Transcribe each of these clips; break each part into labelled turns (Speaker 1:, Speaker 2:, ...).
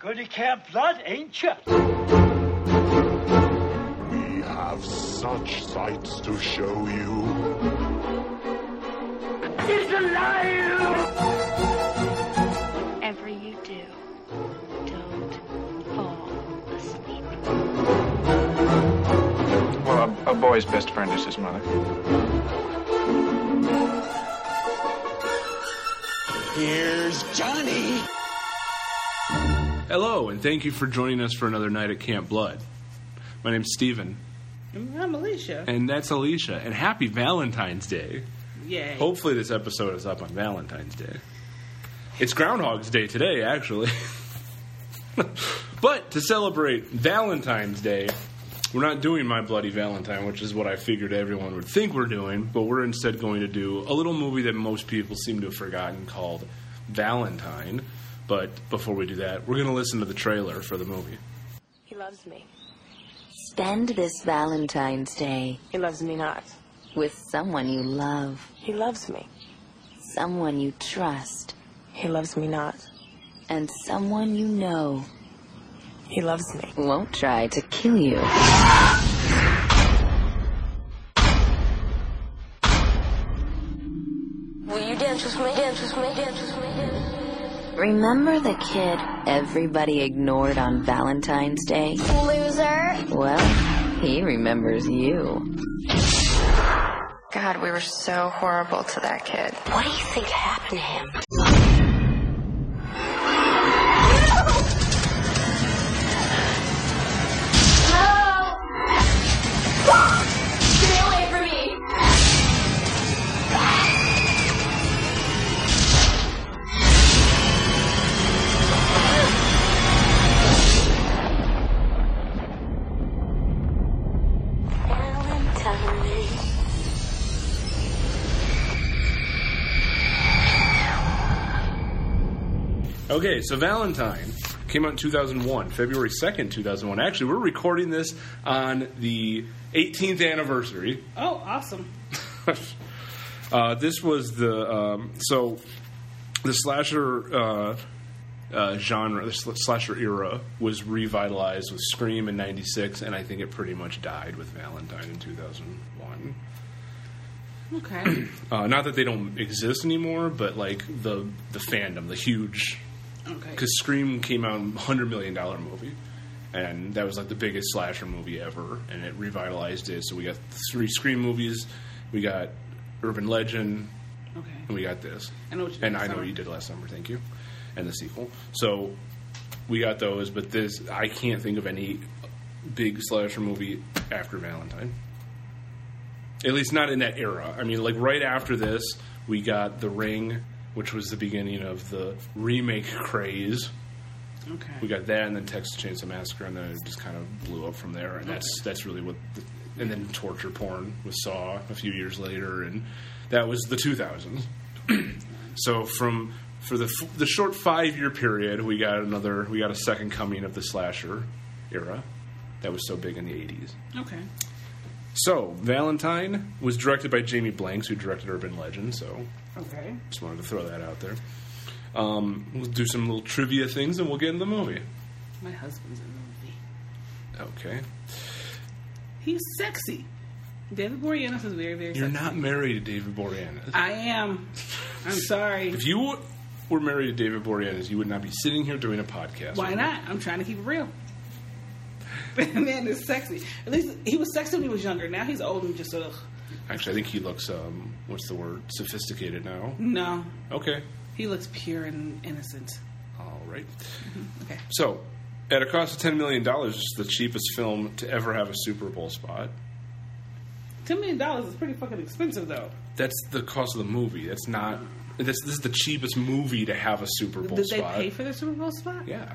Speaker 1: Good at Camp Blood, ain't you?
Speaker 2: We have such sights to show you.
Speaker 3: Whatever you do, don't fall asleep.
Speaker 4: Well, a, a boy's best friend is his mother.
Speaker 5: Hello, and thank you for joining us for another night at Camp Blood. My name's Steven,
Speaker 6: I'm Alicia.
Speaker 5: and that's Alicia, and happy Valentine's Day.
Speaker 6: Yay.
Speaker 5: Hopefully, this episode is up on Valentine's Day. It's Groundhog's Day today, actually. but to celebrate Valentine's Day, we're not doing My Bloody Valentine, which is what I figured everyone would think we're doing, but we're instead going to do a little movie that most people seem to have forgotten called Valentine. But before we do that, we're going to listen to the trailer for the movie.
Speaker 7: He loves me.
Speaker 8: Spend this Valentine's Day
Speaker 7: He loves me not.
Speaker 8: with someone you love,
Speaker 7: He loves me.
Speaker 8: someone you trust,
Speaker 7: He loves me not.
Speaker 8: and someone you know
Speaker 7: He loves me.
Speaker 8: won't try to kill you.
Speaker 7: Will you dance with me? Dance with me? Dance with me?
Speaker 8: Remember the kid everybody ignored on Valentine's Day?
Speaker 3: Loser.
Speaker 8: Well, he remembers you.
Speaker 9: God, we were so horrible to that kid.
Speaker 3: What do you think happened to him?
Speaker 5: Okay, so Valentine came out in 2001, February 2nd, 2001. Actually, we're recording this on the 18th anniversary.
Speaker 6: Oh, awesome.
Speaker 5: uh, this was the um, so the slasher uh, uh, genre, the sl- slasher era was revitalized with Scream in '96, and I think it pretty much died with Valentine in 2001.
Speaker 6: Okay.
Speaker 5: Uh, not that they don't exist anymore, but like the the fandom, the huge
Speaker 6: Okay.
Speaker 5: because Scream came out a hundred million dollar movie, and that was like the biggest slasher movie ever, and it revitalized it. So we got three Scream movies, we got Urban Legend, and
Speaker 6: Okay.
Speaker 5: we got this.
Speaker 6: I know what you did
Speaker 5: and
Speaker 6: last
Speaker 5: I know
Speaker 6: summer.
Speaker 5: what you did last summer. Thank you, and the sequel. So we got those, but this I can't think of any big slasher movie after Valentine. At least not in that era. I mean, like right after this, we got The Ring, which was the beginning of the remake craze. We
Speaker 6: Okay.
Speaker 5: got that, and then Texas Chainsaw Massacre, and then it just kind of blew up from there. And that's that's really what. The, and then torture porn with Saw a few years later, and that was the 2000s. so from for the f- the short five year period, we got another we got a second coming of the slasher era that was so big in the 80s.
Speaker 6: Okay.
Speaker 5: So Valentine was directed by Jamie Blanks, who directed Urban Legend. So
Speaker 6: Okay.
Speaker 5: just wanted to throw that out there. Um, we'll do some little trivia things, and we'll get into the movie.
Speaker 6: My husband's in the movie.
Speaker 5: Okay.
Speaker 6: He's sexy. David Boreanaz is very, very
Speaker 5: You're
Speaker 6: sexy.
Speaker 5: not married to David Boreanaz.
Speaker 6: I am. I'm sorry.
Speaker 5: if you were married to David Boreanaz, you would not be sitting here doing a podcast.
Speaker 6: Why not? I'm trying to keep it real. Man is sexy. At least he was sexy when he was younger. Now he's old and just ugh.
Speaker 5: Actually, I think he looks, um, what's the word, sophisticated now.
Speaker 6: No,
Speaker 5: Okay.
Speaker 6: he looks pure and innocent.
Speaker 5: All right.
Speaker 6: Mm-hmm. Okay.
Speaker 5: So, at a cost of $10 million, this is the cheapest film to ever have a Super Bowl spot.
Speaker 6: Ten million dollars is pretty fucking expensive though.
Speaker 5: That's the cost of the movie. That's not. This, this is the cheapest movie to have a Super Bowl
Speaker 6: Did they
Speaker 5: spot.
Speaker 6: pay for the Super Bowl spot?
Speaker 5: yeah,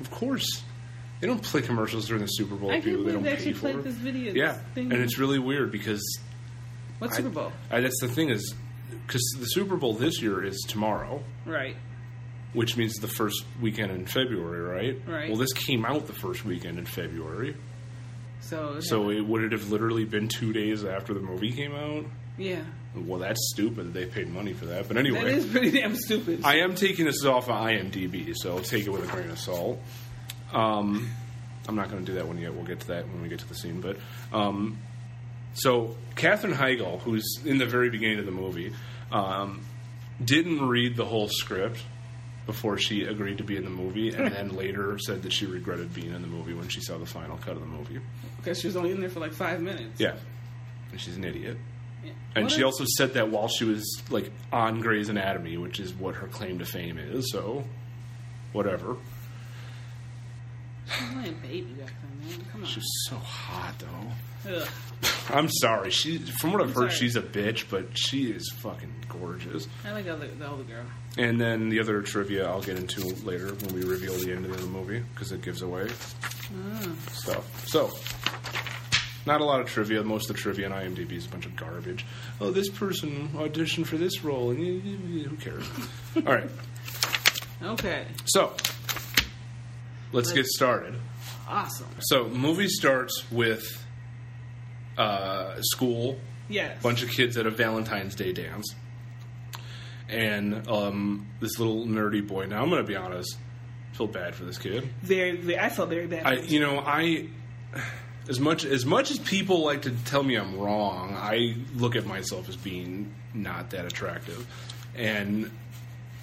Speaker 5: of course. They don't play commercials during the Super Bowl. people.
Speaker 6: I can't
Speaker 5: they
Speaker 6: believe
Speaker 5: don't
Speaker 6: they
Speaker 5: pay
Speaker 6: actually
Speaker 5: for
Speaker 6: played
Speaker 5: it.
Speaker 6: this video.
Speaker 5: Yeah,
Speaker 6: this thing.
Speaker 5: and it's really weird because
Speaker 6: what
Speaker 5: I-
Speaker 6: Super Bowl?
Speaker 5: I, that's the thing is, because the Super Bowl this year is tomorrow,
Speaker 6: Right.
Speaker 5: which means the first weekend in February, right?
Speaker 6: Right.
Speaker 5: Well, this came out the first weekend in February,
Speaker 6: So
Speaker 5: so it would it have literally been two days after the movie came out?
Speaker 6: yeah,
Speaker 5: Well, that's stupid that they paid money for that. But anyway,
Speaker 6: that is pretty damn stupid.
Speaker 5: I am taking this off of IMDb, so take it with a grain of salt. Um, I'm not going to do that one yet. We'll get to that when we get to the scene. But um, so Katherine Heigl, who's in the very beginning of the movie, um, didn't read the whole script before she agreed to be in the movie, and then later said that she regretted being in the movie when she saw the final cut of the movie.
Speaker 6: Because she was only in there for like five minutes.
Speaker 5: Yeah, and she's an idiot.
Speaker 6: Yeah.
Speaker 5: And
Speaker 6: What
Speaker 5: she
Speaker 6: a-
Speaker 5: also said that while she was like on Grey's Anatomy, which is what her claim to fame is. So, whatever.
Speaker 6: She's only a baby back then, man. Come on.
Speaker 5: She was so hot though.
Speaker 6: Ugh.
Speaker 5: I'm sorry. She, from what I've heard,
Speaker 6: sorry.
Speaker 5: she's a bitch, but she is fucking gorgeous.
Speaker 6: I like the other, the older girl.
Speaker 5: And then the other trivia I'll get into later when we reveal the end of the movie because it gives away stuff. So, not a lot of trivia. Most of the trivia on IMDb is a bunch of garbage. Oh, this person auditioned for this role, and y- y- y- who cares? All right,
Speaker 6: Okay.
Speaker 5: so let's get started.
Speaker 6: Awesome.
Speaker 5: So, movie starts with uh, school
Speaker 6: Yes.
Speaker 5: bunch of kids at a Valentine's Day dance, and um, this little nerdy boy. Now I'm going to be honest, feel bad for this kid.
Speaker 6: very, very, I felt very bad.
Speaker 5: I, you know, I as much as much as people like to tell me I'm wrong, I look at myself as being not that attractive, and.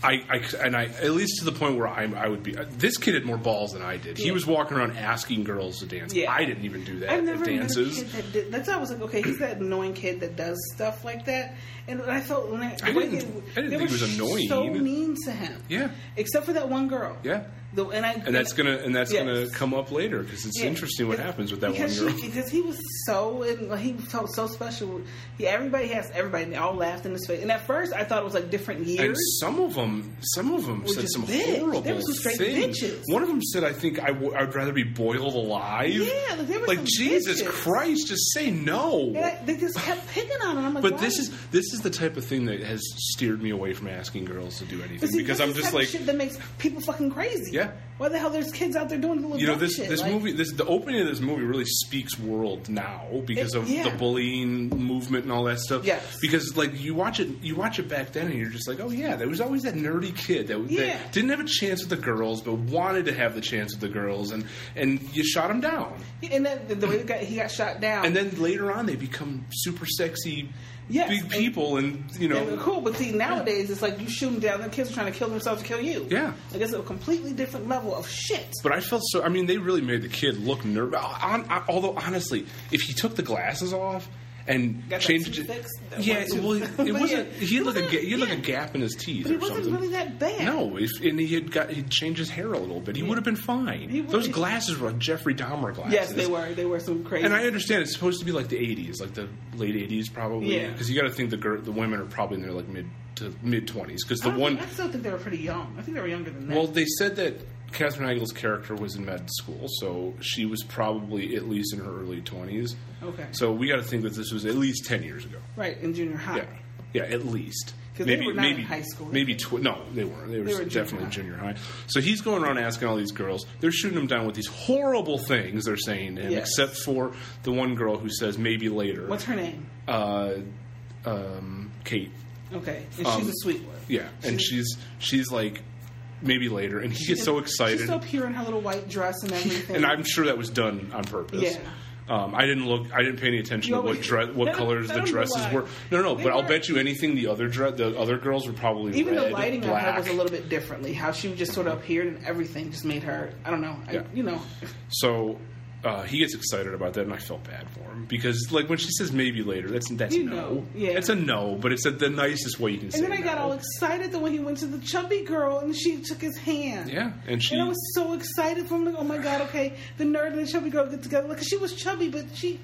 Speaker 5: I, I and I at least to the point where I, I would be. uh, This kid had more balls than I did. He
Speaker 6: Yeah.
Speaker 5: was walking around asking girls to dance.
Speaker 6: Yeah.
Speaker 5: I didn't even do that.
Speaker 6: I've
Speaker 5: at
Speaker 6: never
Speaker 5: dances.
Speaker 6: met a kid that did, that's why I was like, okay, he's that annoying kid that does stuff like that. And I felt when I, the
Speaker 5: I
Speaker 6: way
Speaker 5: didn't-
Speaker 6: they,
Speaker 5: I didn't
Speaker 6: they
Speaker 5: think he was
Speaker 6: were
Speaker 5: annoying.
Speaker 6: So mean to him.
Speaker 5: Yeah.
Speaker 6: Except for that one girl.
Speaker 5: Yeah.
Speaker 6: The, and I
Speaker 5: and that's gonna and that's
Speaker 6: Yes.
Speaker 5: gonna come up later because it's
Speaker 6: Yeah.
Speaker 5: interesting what
Speaker 6: It-
Speaker 5: happens with that one
Speaker 6: because
Speaker 5: girl.
Speaker 6: She, because he was so and he felt so special. He everybody has everybody. and They all laughed in his face. And at first, I thought it was like different
Speaker 5: and
Speaker 6: years.
Speaker 5: some of them, some of them said
Speaker 6: just
Speaker 5: some
Speaker 6: bitch. They were
Speaker 5: horrible
Speaker 6: some straight
Speaker 5: things.
Speaker 6: bitches.
Speaker 5: One of them said, "I think I w- I'd rather be boiled alive."
Speaker 6: Yeah, like, they were some
Speaker 5: Jesus
Speaker 6: bitches.
Speaker 5: Christ, just say no.
Speaker 6: and I, they just kept picking on him. I'm like,
Speaker 5: but
Speaker 6: why?
Speaker 5: this is this is the type of thing that has steered me away from asking girls to do anything
Speaker 6: But see,
Speaker 5: because
Speaker 6: this
Speaker 5: I'm
Speaker 6: is
Speaker 5: just
Speaker 6: type of
Speaker 5: like
Speaker 6: shit that makes people fucking crazy.
Speaker 5: Yeah.
Speaker 6: Why the hell there's kids out there doing little
Speaker 5: you know
Speaker 6: dumb
Speaker 5: this
Speaker 6: shit?
Speaker 5: this
Speaker 6: like,
Speaker 5: movie this the opening of this movie really speaks world now because
Speaker 6: It-
Speaker 5: of
Speaker 6: yeah.
Speaker 5: the bullying movement and all that stuff.
Speaker 6: Yes.
Speaker 5: Because like you watch it you watch it back then and you're just like, "Oh yeah, there was always that nerdy kid that, that
Speaker 6: Yeah.
Speaker 5: didn't have a chance with the girls but wanted to have the chance with the girls and and you shot him down."
Speaker 6: And then the, the way he got, he got shot down.
Speaker 5: And then later on they become super sexy
Speaker 6: Yes,
Speaker 5: big
Speaker 6: and-
Speaker 5: people and, you know
Speaker 6: And they're cool, but see, nowadays it's like you shoot them down. The kids are trying to kill themselves to kill you.
Speaker 5: Yeah.
Speaker 6: like it's a completely different level of shit.
Speaker 5: But I felt so. I mean, they really made the kid look nervous. On, on, although, honestly, if he took the glasses off and
Speaker 6: Got that
Speaker 5: changed
Speaker 6: tooth
Speaker 5: it,
Speaker 6: fixed? That
Speaker 5: yeah,
Speaker 6: one tooth.
Speaker 5: well, it
Speaker 6: But yeah,
Speaker 5: wasn't. He
Speaker 6: it
Speaker 5: had like a
Speaker 6: wasn't-
Speaker 5: ga- he had like a
Speaker 6: yeah.
Speaker 5: gap in his teeth
Speaker 6: But
Speaker 5: or
Speaker 6: it wasn't
Speaker 5: something.
Speaker 6: really that bad.
Speaker 5: No, if, and he had got he'd changed his hair a little bit, he would have been fine.
Speaker 6: He would-
Speaker 5: Those glasses were like Jeffrey Dahmer glasses.
Speaker 6: Yes, they were. They were some crazy.
Speaker 5: And I understand it's supposed to be like the '80s, like the late '80s, probably.
Speaker 6: Yeah.
Speaker 5: Because you got to think the gir- the women are probably in their like mid to mid 20s. Because the
Speaker 6: I don't
Speaker 5: one
Speaker 6: think- I still think they were pretty young. I think they were younger than that.
Speaker 5: well, they said that Catherine Heigl's character was in med school, so she was probably at least in her early 20s.
Speaker 6: Okay.
Speaker 5: So we got to think that this was at least 10 years ago.
Speaker 6: right in junior high.
Speaker 5: Yeah. Yeah, at least.
Speaker 6: 'Cause they were not in high school, were
Speaker 5: Maybe tw- no, they weren't. They were,
Speaker 6: They were junior
Speaker 5: definitely
Speaker 6: high.
Speaker 5: junior high. So he's going around asking all these girls. They're shooting him down with these horrible things they're saying to him,
Speaker 6: Yes.
Speaker 5: except for the one girl who says maybe later.
Speaker 6: What's her name?
Speaker 5: Uh, um, Kate.
Speaker 6: Okay, and
Speaker 5: Um,
Speaker 6: she's a sweet one.
Speaker 5: Yeah, and she's she's like maybe later, and he gets so excited,
Speaker 6: She's so pure in her little white dress and everything.
Speaker 5: and I'm sure that was done on purpose.
Speaker 6: Yeah.
Speaker 5: Um, I didn't look. I didn't pay any attention
Speaker 6: You
Speaker 5: to what
Speaker 6: always-
Speaker 5: dress, what
Speaker 6: I don't-
Speaker 5: colors
Speaker 6: I
Speaker 5: the
Speaker 6: don't know
Speaker 5: dresses
Speaker 6: why.
Speaker 5: were. No, no,
Speaker 6: They
Speaker 5: but I'll
Speaker 6: were-
Speaker 5: bet you anything the other dress, the other girls were probably
Speaker 6: even
Speaker 5: red,
Speaker 6: the lighting
Speaker 5: black.
Speaker 6: on her was a little bit differently. How she just sort of appeared and everything just made her. I don't know. I,
Speaker 5: Yeah.
Speaker 6: You know.
Speaker 5: So uh, he gets excited about that, and I felt bad for him because, like, when she says maybe later, that's that's
Speaker 6: You
Speaker 5: no,
Speaker 6: know, yeah.
Speaker 5: it's a no, but it's a, the nicest way you can say.
Speaker 6: And then I got
Speaker 5: no.
Speaker 6: all excited the when he went to the chubby girl and she took his hand.
Speaker 5: Yeah, and she
Speaker 6: And I was so excited for him. Like, oh my god, okay, the nerd and the chubby girl get together. Like, she was chubby, but she,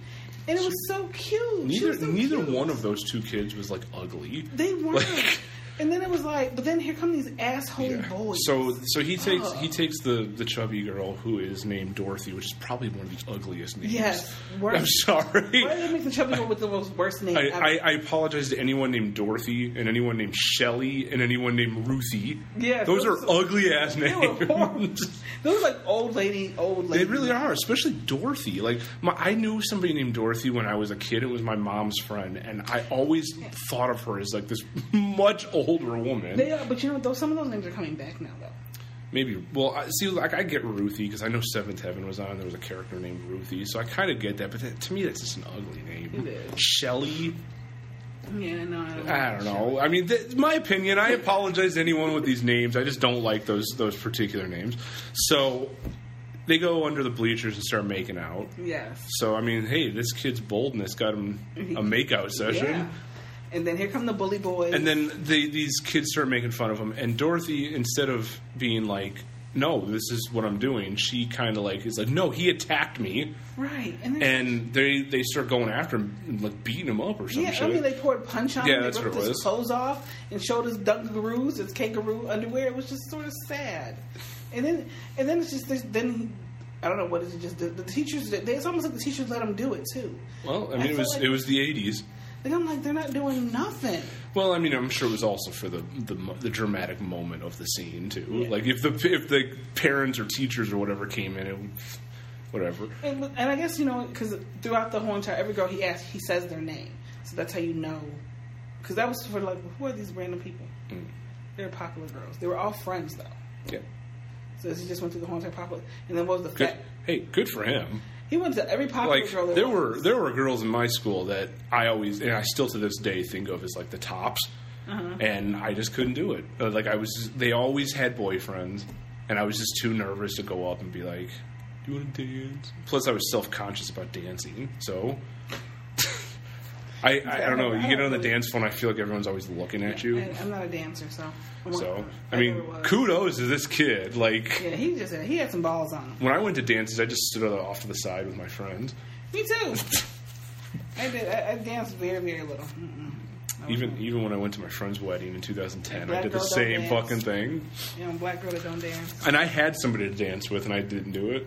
Speaker 6: and it was so cute. She
Speaker 5: neither
Speaker 6: was so
Speaker 5: neither
Speaker 6: cute.
Speaker 5: one of those two kids was like ugly.
Speaker 6: They weren't.
Speaker 5: Like-
Speaker 6: and then it was like, but then here come these asshole
Speaker 5: Yeah.
Speaker 6: boys.
Speaker 5: So so he takes
Speaker 6: Ugh.
Speaker 5: he takes the the chubby girl who is named Dorothy, which is probably one of the ugliest names.
Speaker 6: Yes, worse.
Speaker 5: I'm sorry.
Speaker 6: Why did they make the chubby girl with the most worst name?
Speaker 5: I,
Speaker 6: ever?
Speaker 5: I, I apologize to anyone named Dorothy and anyone named Shelley and anyone named Ruthie.
Speaker 6: Yeah,
Speaker 5: those,
Speaker 6: those-
Speaker 5: are ugly ass
Speaker 6: they were horrible.
Speaker 5: names.
Speaker 6: Those like old lady, old lady.
Speaker 5: They really are, especially Dorothy. Like my, I knew somebody named Dorothy when I was a kid. It was my mom's friend, and I always thought of her as like this much older woman.
Speaker 6: They are, but you know, though some of those names are coming back now, though.
Speaker 5: maybe. Well, I, see, like I get Ruthie because I know Seventh Heaven was on. There was a character named Ruthie, so I kind of get that. But that, to me, that's just an ugly name.
Speaker 6: It is.
Speaker 5: Shelley.
Speaker 6: Yeah, no. I don't,
Speaker 5: I don't know. I mean, th- my opinion. I apologize to anyone with these names. I just don't like those those particular names. So they go under the bleachers and start making out.
Speaker 6: Yes.
Speaker 5: So I mean, hey, this kid's boldness got him a makeout session.
Speaker 6: Yeah. And then here come the bully boys.
Speaker 5: And then they, these kids start making fun of him. And Dorothy, instead of being like, "No, this is what I'm doing," she kind of like is like, "No, he attacked me,"
Speaker 6: right. And then
Speaker 5: and they they start going after him, and, like beating him up or some
Speaker 6: yeah,
Speaker 5: shit.
Speaker 6: I mean they poured punch on
Speaker 5: Yeah,
Speaker 6: him. They
Speaker 5: that's
Speaker 6: ripped
Speaker 5: what it
Speaker 6: his
Speaker 5: was.
Speaker 6: clothes off and showed his dungaroos, his kangaroo underwear. It was just sort of sad. And then and then it's just this, then he, I don't know what is it just the, the teachers. did- They, it's almost like the teachers let him do it too.
Speaker 5: well, I
Speaker 6: I
Speaker 5: mean, it
Speaker 6: feel
Speaker 5: was
Speaker 6: like-
Speaker 5: it was the '80s.
Speaker 6: And I'm like they're not doing nothing.
Speaker 5: Well, I mean, I'm sure it was also for the the, mo- the dramatic moment of the scene too. Like if the if the parents or teachers or whatever came in, it would, whatever.
Speaker 6: And, and I guess you know because throughout the whole entire every girl he asks he says their name, so that's how you know. Because that was for like who are these random people?
Speaker 5: Mm.
Speaker 6: They're popular girls. They were all friends though.
Speaker 5: Yeah.
Speaker 6: So this just went through the whole entire popular. And then what was the
Speaker 5: Good.
Speaker 6: fat?
Speaker 5: Hey, good for him.
Speaker 6: He went to every popular
Speaker 5: like
Speaker 6: girl.
Speaker 5: there
Speaker 6: was.
Speaker 5: were there were girls in my school that I always and I still to this day think of as like the tops, and I just couldn't do it. Uh, Like I was, they always had boyfriends, and I was just too nervous to go up and be like, "Do you want to dance?" Plus, I was self conscious about dancing, so. I, I, I don't know. You get on the dance floor, and I feel like everyone's always looking at you.
Speaker 6: And I'm not a dancer, so. I'm not-
Speaker 5: So, I
Speaker 6: never
Speaker 5: mean,
Speaker 6: was.
Speaker 5: kudos to this kid. Like,
Speaker 6: Yeah, he just he had some balls on him.
Speaker 5: when I went to dances, I just stood off to the side with my friend.
Speaker 6: Me too. I did. I, I danced very very little. Mm, Mm-mm. I was
Speaker 5: Even even when I went to my friend's wedding in 2010, I
Speaker 6: Black
Speaker 5: did the
Speaker 6: girl don't
Speaker 5: same
Speaker 6: dance.
Speaker 5: fucking thing.
Speaker 6: a, you know, black girl that don't dance.
Speaker 5: And I had somebody to dance with, and I didn't do it.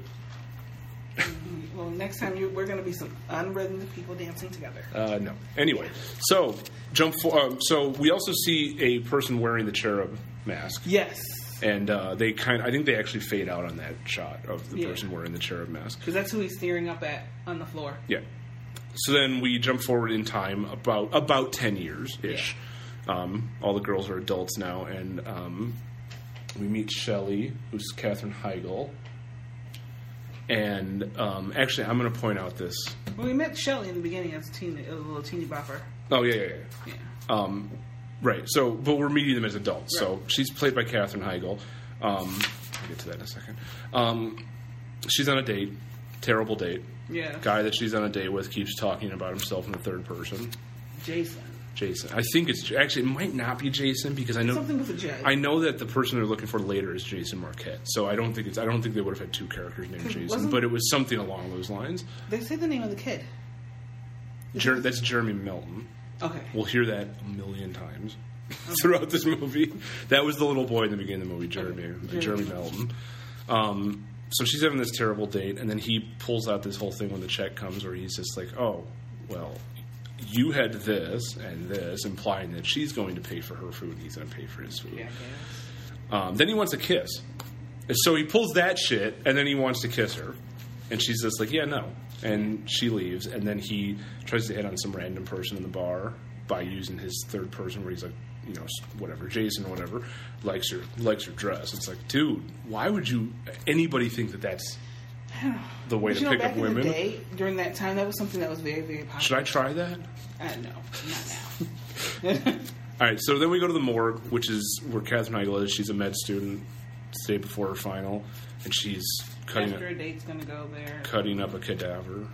Speaker 6: Well, next time you, we're gonna be some unrhythmic people dancing together.
Speaker 5: Uh, no. Anyway, so jump. For, um, so we also see a person wearing the cherub mask,
Speaker 6: Yes,
Speaker 5: and uh, they kind. I think they actually fade out on that shot of the
Speaker 6: Yeah.
Speaker 5: person wearing the cherub mask.
Speaker 6: because that's who he's staring up at on the floor.
Speaker 5: Yeah. So then we jump forward in time about about ten years ish. Um, all the girls are adults now, and um, we meet Shelley, who's Katherine Heigl. And um, actually, I'm going to point out this.
Speaker 6: Well, we met Shelly in the beginning as a teeny, a little teeny bopper.
Speaker 5: Oh yeah, yeah, yeah.
Speaker 6: Yeah.
Speaker 5: Um, right. So, but we're meeting them as adults. So she's played by Katherine Heigl. Um, I'll get to that in a second. Um, she's on a date. Terrible date.
Speaker 6: Yeah.
Speaker 5: Guy that she's on a date with keeps talking about himself in the third person.
Speaker 6: Jason.
Speaker 5: Jason. I think it's actually it might not be Jason because I know
Speaker 6: Something with a J.
Speaker 5: I know that the person they're looking for later is Jason Marquette. So I don't think it's I don't think they would have had two characters named Jason,
Speaker 6: wasn't-
Speaker 5: but it was something along those lines.
Speaker 6: They say the name of the kid.
Speaker 5: Jer- that's Jeremy Milton.
Speaker 6: Okay.
Speaker 5: We'll hear that a million times throughout this movie. That was the little boy in the beginning of the movie, Jeremy uh,
Speaker 6: Jeremy.
Speaker 5: Jeremy Melton. Um, so she's having this terrible date, and then he pulls out this whole thing when the check comes, where he's just like, "Oh, well, you had this and this," implying that she's going to pay for her food and he's going to pay for his food.
Speaker 6: Yeah, I guess.
Speaker 5: Um, then he wants a kiss. And So he pulls that shit, and then he wants to kiss her. And she's just like, yeah, no. And she leaves, and then he tries to hit on some random person in the bar by using his third person, where he's like, you know, whatever, Jason or whatever, likes your likes your dress. It's like, dude, why would you anybody think that that's the way
Speaker 6: But
Speaker 5: to
Speaker 6: you know,
Speaker 5: pick
Speaker 6: back
Speaker 5: up
Speaker 6: in the
Speaker 5: women?
Speaker 6: day, during that time, that was something that was very, very popular.
Speaker 5: Should I try that?
Speaker 6: Uh, no, not
Speaker 5: All right, so then we go to the morgue, which is where Katherine Heigl is. She's a med student, it's the day before her final, and she's
Speaker 6: now.
Speaker 5: cutting.
Speaker 6: After a date's gonna go there,
Speaker 5: cutting up a cadaver.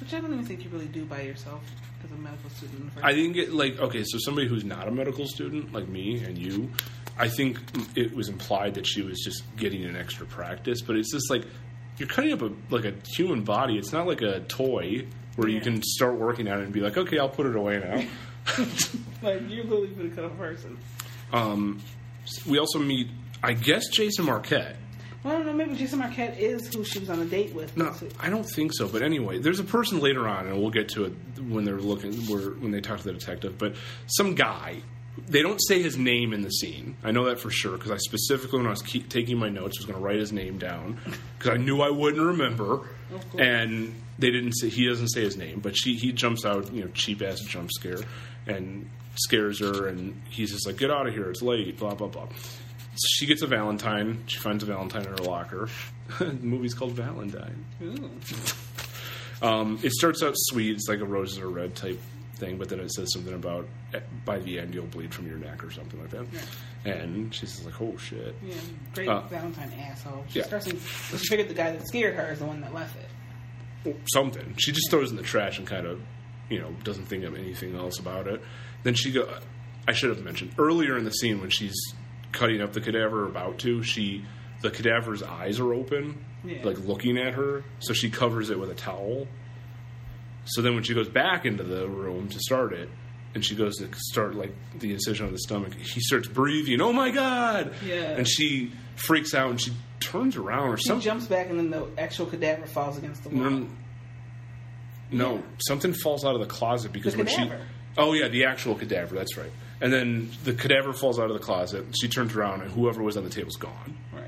Speaker 6: which I don't even think you really do by yourself as a medical student.
Speaker 5: I think it like okay, so somebody who's not a medical student like me and you, I think it was implied that she was just getting an extra practice, but it's just like you're cutting up a like a human body. It's not like a toy where you can start working on it and be like, okay, I'll put it away now.
Speaker 6: like you're literally gonna cut a person.
Speaker 5: um, we also meet, I guess, Jason Marquette.
Speaker 6: Well, I don't know. Maybe Jason Marquette is who she was on a date with.
Speaker 5: No, I don't think so. But anyway, there's a person later on, and we'll get to it when they're looking where, when they talk to the detective. But some guy, they don't say his name in the scene. I know that for sure because I specifically, when I was keep taking my notes, was going to write his name down because I knew I wouldn't remember. And they didn't say he doesn't say his name, but she he jumps out, you know, cheap ass jump scare, and scares her, and he's just like, "Get out of here! It's late." Blah blah blah. she gets a Valentine. She finds a Valentine in her locker. the movie's called Valentine. Ooh. um, it starts out sweet. It's like a roses are red type thing, but then it says something about eh, by the end you'll bleed from your neck or something like that. And she's like, oh shit.
Speaker 6: Yeah, great
Speaker 5: Uh,
Speaker 6: Valentine asshole. She
Speaker 5: yeah.
Speaker 6: starts in, she figured the guy that scared her is the one that left it.
Speaker 5: something. She just throws it in the trash and kind of, you know, doesn't think of anything else about it. Then she go. I should have mentioned earlier in the scene when she's cutting up the cadaver, or about to. She, the cadaver's eyes are open,
Speaker 6: Yeah.
Speaker 5: like looking at her. So she covers it with a towel. So then when she goes back into the room to start it. And she goes to start like the incision on the stomach. He starts breathing. Oh my god!
Speaker 6: Yeah.
Speaker 5: And she freaks out and she turns around or
Speaker 6: She
Speaker 5: something.
Speaker 6: jumps back and then the actual cadaver falls against the wall.
Speaker 5: No, no, something falls out of the closet because
Speaker 6: The
Speaker 5: when
Speaker 6: cadaver.
Speaker 5: she, oh yeah, the actual cadaver. That's right. And then the cadaver falls out of the closet. She turns around, and whoever was on the table's gone.
Speaker 6: Right.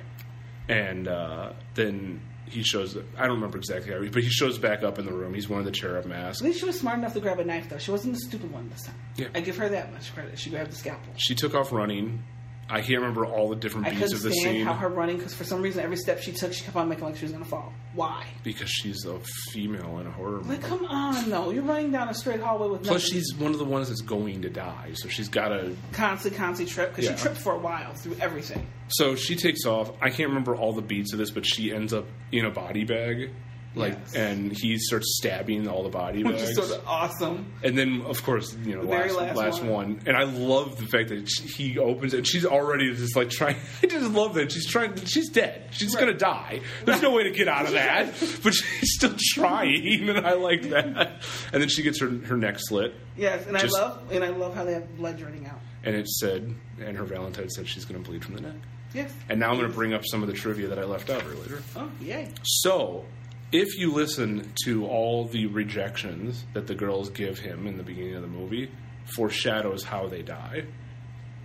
Speaker 5: And uh, then he shows. I don't remember exactly how, he- but he shows back up in the room. He's wearing the cherub mask.
Speaker 6: At least she was smart enough to grab a knife, though. She wasn't the stupid one this time.
Speaker 5: Yeah.
Speaker 6: I give her that much credit. She grabbed the scalpel.
Speaker 5: She took off running. I can't remember all the different
Speaker 6: I
Speaker 5: beats
Speaker 6: couldn't
Speaker 5: of the
Speaker 6: stand
Speaker 5: scene
Speaker 6: how her running, because for some reason, every step she took, she kept on making like she was going to fall. Why?
Speaker 5: because she's a female in a horror movie.
Speaker 6: Like, come on, though. You're running down a straight hallway with
Speaker 5: Plus,
Speaker 6: nothing.
Speaker 5: she's one of the ones that's going to die, so she's got to
Speaker 6: constantly, constantly tripped, because
Speaker 5: Yeah.
Speaker 6: she tripped for a while through everything.
Speaker 5: So she takes off. I can't remember all the beats of this, but she ends up in a body bag. Like
Speaker 6: Yes.
Speaker 5: and he starts stabbing all the body
Speaker 6: Which
Speaker 5: bags,
Speaker 6: is sort of awesome.
Speaker 5: and then of course you know
Speaker 6: The very
Speaker 5: last, last,
Speaker 6: last
Speaker 5: one.
Speaker 6: one.
Speaker 5: And I love the fact that she, he opens it. and She's already just like trying. I just love that she's trying. She's dead. She's gonna die. There's no way to get out of that. But she's still trying, and I like that. And then she gets her her neck slit,
Speaker 6: Yes, and
Speaker 5: Just-
Speaker 6: I love and I love how they have blood draining out.
Speaker 5: and it said, and her Valentine said she's gonna bleed from the neck.
Speaker 6: Yes.
Speaker 5: And now I'm gonna bring up some of the trivia that I left out earlier.
Speaker 6: Oh, yay.
Speaker 5: So, if you listen to all the rejections that the girls give him in the beginning of the movie, foreshadows how they die.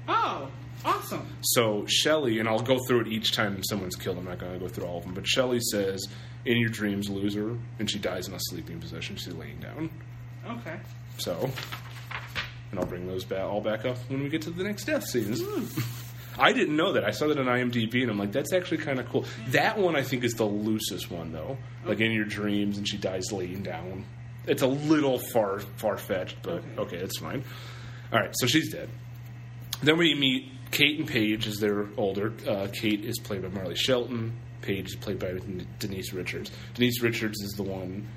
Speaker 6: Oh, awesome.
Speaker 5: So, Shelley, and I'll go through it each time someone's killed, I'm not going to go through all of them, but Shelley says, In your dreams, loser, and she dies in a sleeping position. She's laying down.
Speaker 6: Okay.
Speaker 5: So, and I'll bring those ba- all back up when we get to the next death scenes. I didn't know that. I saw that on IMDb, and I'm like, that's actually kind of cool. That one I think is the loosest one, though. Like in your dreams, and she dies laying down. It's a little far far fetched, but okay, it's fine. All right, so she's dead. Then we meet Kate and Paige as they're older. Uh, Kate is played by Marley Shelton. Paige is played by Den- Denise Richards. Denise Richards is the one.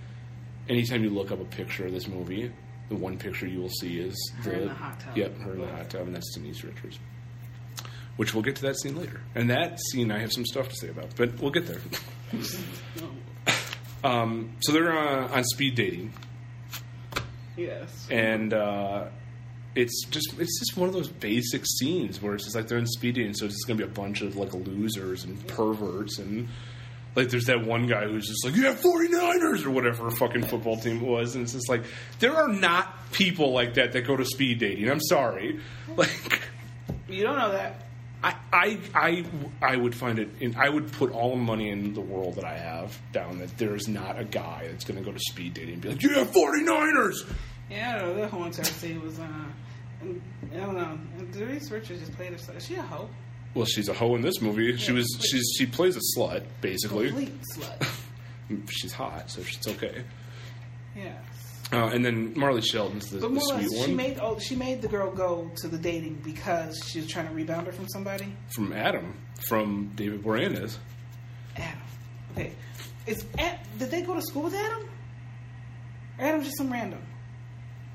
Speaker 5: Anytime you look up a picture of this movie, the one picture you will see is
Speaker 6: Her
Speaker 5: the,
Speaker 6: in the hot tub.
Speaker 5: Yep, her in the hot tub, and that's Denise Richards. Which we'll get to that scene later. And that scene, I have some stuff to say about, but we'll get there. um, so they're uh, on speed dating,
Speaker 6: Yes.
Speaker 5: and uh, it's just it's just one of those basic scenes where it's just like they're in speed dating, so it's just gonna be a bunch of like losers and perverts and like there's that one guy who's just like you have 49ers or whatever fucking football team it was and it's just like there are not people like that that go to speed dating i'm sorry like
Speaker 6: You don't know that.
Speaker 5: I, I, I, I would find it. In, I would put all the money in the world that I have down that there is not a guy that's going to go to speed dating and be like, "Yeah, 49ers."
Speaker 6: Yeah, I don't know. That whole entire scene was, uh, I don't know. Denise Richards just played herself. Is she a hoe?
Speaker 5: Well, she's a hoe in this movie. She was.
Speaker 6: complete-
Speaker 5: She's. She plays a slut, basically.
Speaker 6: Complete slut.
Speaker 5: She's hot, so it's okay.
Speaker 6: Yes.
Speaker 5: Uh, and then Marley Sheldon's the,
Speaker 6: But
Speaker 5: the
Speaker 6: more or
Speaker 5: sweet
Speaker 6: less,
Speaker 5: one
Speaker 6: she made oh, she made the girl go to the dating because she was trying to rebound her from somebody.
Speaker 5: from Adam, from David Boreanaz.
Speaker 6: Adam. Okay. Is Ad, did they go to school with Adam? Or Adam's just some random.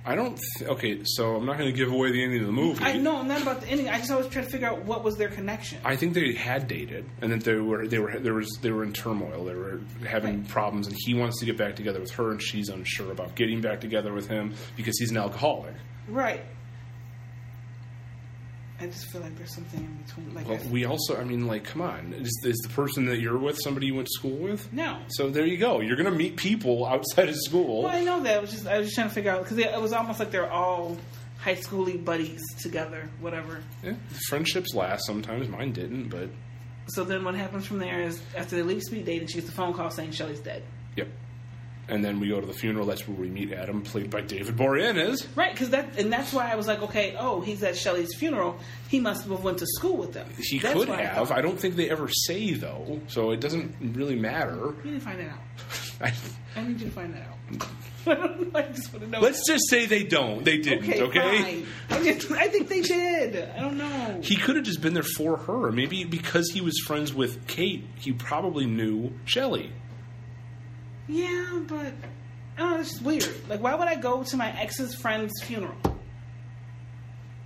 Speaker 5: I don't. Th- okay, so I'm not going to give away the ending of the movie.
Speaker 6: I know, I'm not about the ending. I just always try to figure out what was their connection.
Speaker 5: I think they had dated, and that they were they were there was they were in turmoil. They were having problems, and he wants to get back together with her, and she's unsure about getting back together with him because he's an alcoholic.
Speaker 6: Right. I just feel like there's something in between. Like,
Speaker 5: Well,
Speaker 6: I-
Speaker 5: we also, I mean, like, come on, is, is the person that you're with somebody you went to school with?
Speaker 6: no.
Speaker 5: So there you go. You're going to meet people outside of school.
Speaker 6: Well, I know that. I was just I was just trying to figure out because it was almost like they're all high schooly buddies together, whatever.
Speaker 5: Yeah, friendships last sometimes. Mine didn't, but
Speaker 6: So then what happens from there is after they leave speed dating, she gets a phone call saying Shelly's dead.
Speaker 5: yep. And then we go to the funeral. That's where we meet Adam, played by David Boreanaz.
Speaker 6: Right, because that and that's why I was like, okay, oh, he's at Shelley's funeral. He must have went to school with them.
Speaker 5: He
Speaker 6: That's
Speaker 5: could
Speaker 6: why I
Speaker 5: have.
Speaker 6: thought-
Speaker 5: I, don't think they ever say though, so it doesn't really matter.
Speaker 6: You need to find that out.
Speaker 5: I,
Speaker 6: I need you to find that out. I just want to know.
Speaker 5: let's just say they don't. They didn't. Okay.
Speaker 6: Oh. fine. I, just, I think they did. I don't know.
Speaker 5: He could have just been there for her. Maybe because he was friends with Kate, he probably knew Shelley.
Speaker 6: yeah, but I don't know. It's just weird. Like, why would I go to my ex's friend's funeral?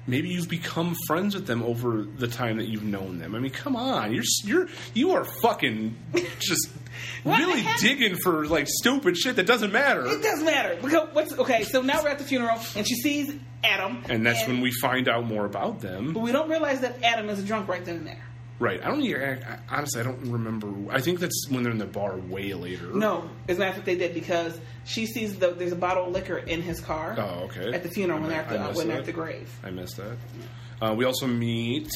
Speaker 5: Maybe you've become friends with them over the time that you've known them. I mean, come on, you're you're you are fucking just
Speaker 6: What
Speaker 5: really
Speaker 6: the heck?
Speaker 5: digging for like stupid shit that doesn't matter.
Speaker 6: It doesn't matter. Because what's okay? So now we're at the funeral, and she sees Adam,
Speaker 5: And that's when we find out more about them.
Speaker 6: But we don't realize that Adam is drunk right then and there.
Speaker 5: Right. I don't e- I- I- honestly I don't remember. I think that's when they're in the bar way later.
Speaker 6: No, it's not that they did because she sees the, there's a bottle of liquor in his car.
Speaker 5: Oh, okay.
Speaker 6: At the funeral when they're at the,
Speaker 5: I missed
Speaker 6: when they're
Speaker 5: that.
Speaker 6: at the grave.
Speaker 5: I missed that. Uh, we also meet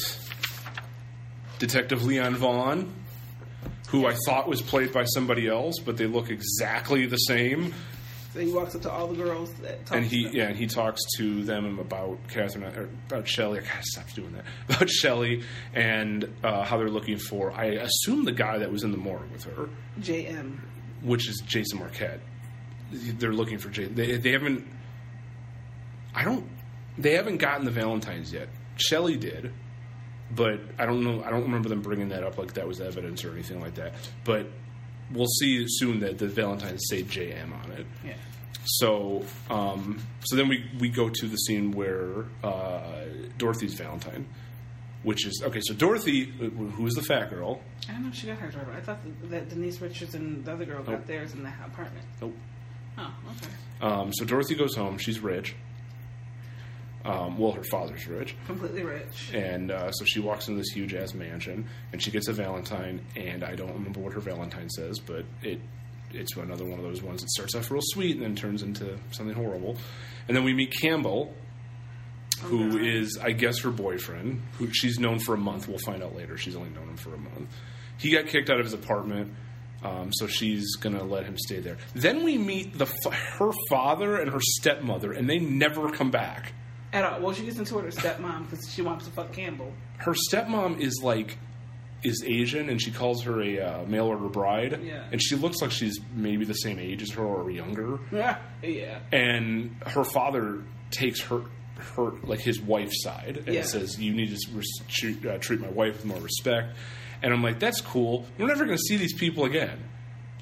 Speaker 5: Detective Leon Vaughn, who I thought was played by somebody else, but they look exactly the same.
Speaker 6: So he walks up to all the girls that talk
Speaker 5: And
Speaker 6: to
Speaker 5: he
Speaker 6: them.
Speaker 5: yeah, and he talks to them about Catherine or about Shelley. I gotta stop doing that. About Shelley and uh, how they're looking for. I assume the guy that was in the morgue with her,
Speaker 6: JM.
Speaker 5: which is Jason Marquette. They're looking for Jason. They, they haven't. I don't. They haven't gotten the Valentines yet. Shelley did, but I don't know. I don't remember them bringing that up like that was evidence or anything like that. But we'll see soon that the Valentines say JM on it.
Speaker 6: Yeah.
Speaker 5: So, um, so then we, we go to the scene where uh, Dorothy's Valentine, which is okay. So Dorothy, wh- who is the fat girl?
Speaker 6: I don't know if she got her driver. I thought that Denise Richards and the other girl got
Speaker 5: Nope.
Speaker 6: theirs in the apartment.
Speaker 5: Nope.
Speaker 6: Oh, okay.
Speaker 5: Um, so Dorothy goes home. She's rich. Um, well, her father's rich,
Speaker 6: Completely rich.
Speaker 5: and uh, so she walks into this huge ass mansion, and she gets a Valentine. And I don't remember what her Valentine says, but it it's another one of those ones that starts off real sweet and then turns into something horrible. And then we meet Campbell, who is, I guess, her boyfriend, who she's known for a month. We'll find out later. She's only known him for a month. He got kicked out of his apartment, um, so she's going to let him stay there. Then we meet the f- her father and her stepmother, and they never come back.
Speaker 6: At all. Well, she gets into it with her stepmom because she wants to fuck Campbell.
Speaker 5: Her stepmom is like is Asian, and she calls her a uh, mail order bride,
Speaker 6: Yeah.
Speaker 5: and she looks like she's maybe the same age as her or younger.
Speaker 6: Yeah. Yeah.
Speaker 5: and her father takes her her like his wife's side and
Speaker 6: Yeah.
Speaker 5: says you need to res- treat, uh, treat my wife with more respect and i'm like that's cool we're never going to see these people again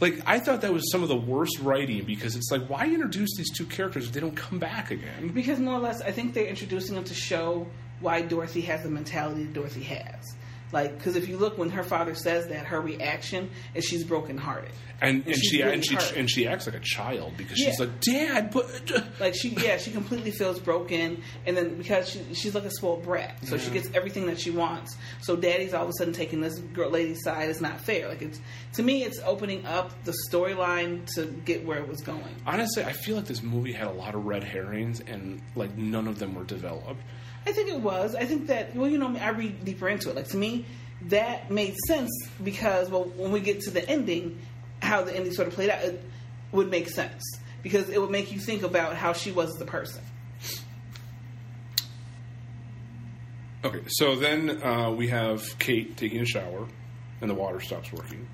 Speaker 5: like i thought that was some of the worst writing because it's like why introduce these two characters if they don't come back again
Speaker 6: Because more or less, I think they're introducing them to show why Dorothy has the mentality that Dorothy has. Like, because if you look when her father says that, her reaction is she's brokenhearted.
Speaker 5: and and
Speaker 6: she's
Speaker 5: she
Speaker 6: really
Speaker 5: and she
Speaker 6: hurt.
Speaker 5: and she acts like a child because she's
Speaker 6: Yeah.
Speaker 5: like dad uh, but
Speaker 6: Like she, yeah, she completely feels broken, and then because she, she's like a spoiled brat, so she gets everything that she wants. So daddy's all of a sudden taking this girl lady's side is not fair. Like it's to me, it's opening up the storyline to get where it was going.
Speaker 5: honestly i feel like this movie had a lot of red herrings and like none of them were developed
Speaker 6: I think it was. I think that well, you know, I read deeper into it. Like to me, that made sense because well, when we get to the ending, how the ending sort of played out, it would make sense because it would make you think about how she was as a person.
Speaker 5: Okay, so then uh, we have Kate taking a shower, and the water stops working.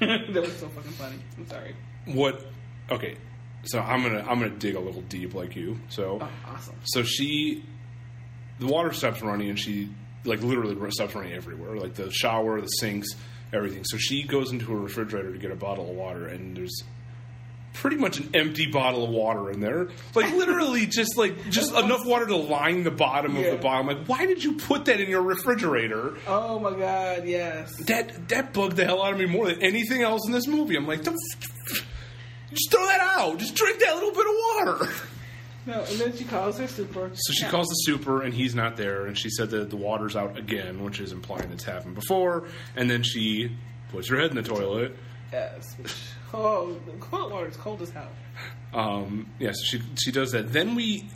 Speaker 6: that was so fucking funny. I'm sorry.
Speaker 5: What? Okay, so I'm gonna I'm gonna dig a little deep like you. So,
Speaker 6: Oh, awesome.
Speaker 5: so she, the water stops running, and she like literally ru- stops running everywhere, like the shower, the sinks, everything. So she goes into her refrigerator to get a bottle of water, and there's pretty much an empty bottle of water in there, like literally just like just enough water to line the bottom
Speaker 6: Yeah.
Speaker 5: of the bottle. Like, why did you put that in your refrigerator?
Speaker 6: Oh my god, yes.
Speaker 5: that that bugged the hell out of me more than anything else in this movie. I'm like, don't just throw that out. Just drink that little bit of water.
Speaker 6: No, and then she calls her super.
Speaker 5: So she calls the super, and he's not there. And she said that the water's out again, which is implying it's happened before. And then she puts her head in the toilet.
Speaker 6: Yes. Oh, the cold water is cold as hell.
Speaker 5: Um, yes, she she does that. Then we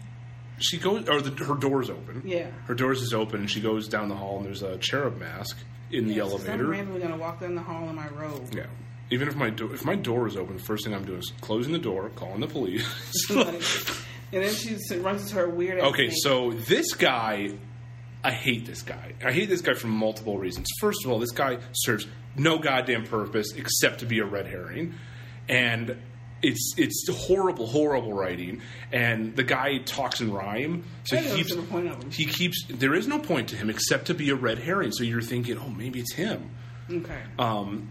Speaker 5: she goes, or the, her door's open.
Speaker 6: Yeah.
Speaker 5: her doors is open, and she goes down the hall, and there's a cherub mask in the
Speaker 6: Yes, 'cause I'm
Speaker 5: elevator.
Speaker 6: randomly gonna walk down the hall in my robe.
Speaker 5: Yeah. Even if my do- if my door is open, the first thing I'm doing is closing the door, calling the police.
Speaker 6: Like, and then she s- runs into her weird. ass
Speaker 5: Okay,
Speaker 6: thing.
Speaker 5: so this guy, I hate this guy. I hate this guy for multiple reasons. First of all, this guy serves no goddamn purpose except to be a red herring, and it's it's horrible, horrible writing. And the guy talks in rhyme, so
Speaker 6: I
Speaker 5: he
Speaker 6: don't
Speaker 5: keeps
Speaker 6: see the point of him.
Speaker 5: he keeps. There is no point to him except to be a red herring. So you're thinking, oh, maybe it's him.
Speaker 6: okay,
Speaker 5: Um,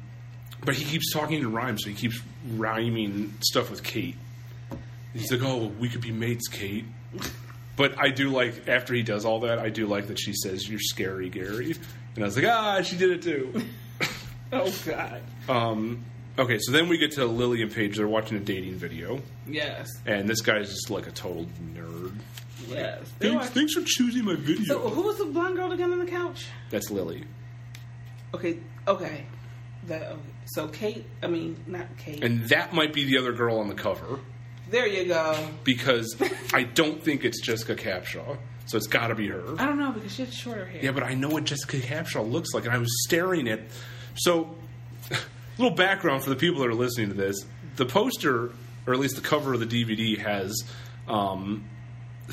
Speaker 5: but he keeps talking in rhyme, so he keeps rhyming stuff with Kate. He's like, "Oh, we could be mates, Kate." But I do like after he does all that, I do like that she says, "You're scary, Gary," and I was like, "Ah, she did it too."
Speaker 6: oh god,
Speaker 5: um, okay, so then we get to Lily and Paige. They're watching a dating video,
Speaker 6: yes,
Speaker 5: and this guy's just like a total nerd.
Speaker 6: yes. They
Speaker 5: Thanks,
Speaker 6: watch-
Speaker 5: thanks for choosing my video.
Speaker 6: so who was the blonde girl again on the couch?
Speaker 5: That's Lily,
Speaker 6: Okay, okay. That, okay. So Kate, I mean not Kate.
Speaker 5: and that might be the other girl on the cover.
Speaker 6: there you go.
Speaker 5: because I don't think it's Jessica Capshaw, so it's got to be her.
Speaker 6: I don't know because she had shorter hair.
Speaker 5: Yeah, but I know what Jessica Capshaw looks like, and I was staring at. So, little background for the people that are listening to this: the poster, or at least the cover of the DVD, has um,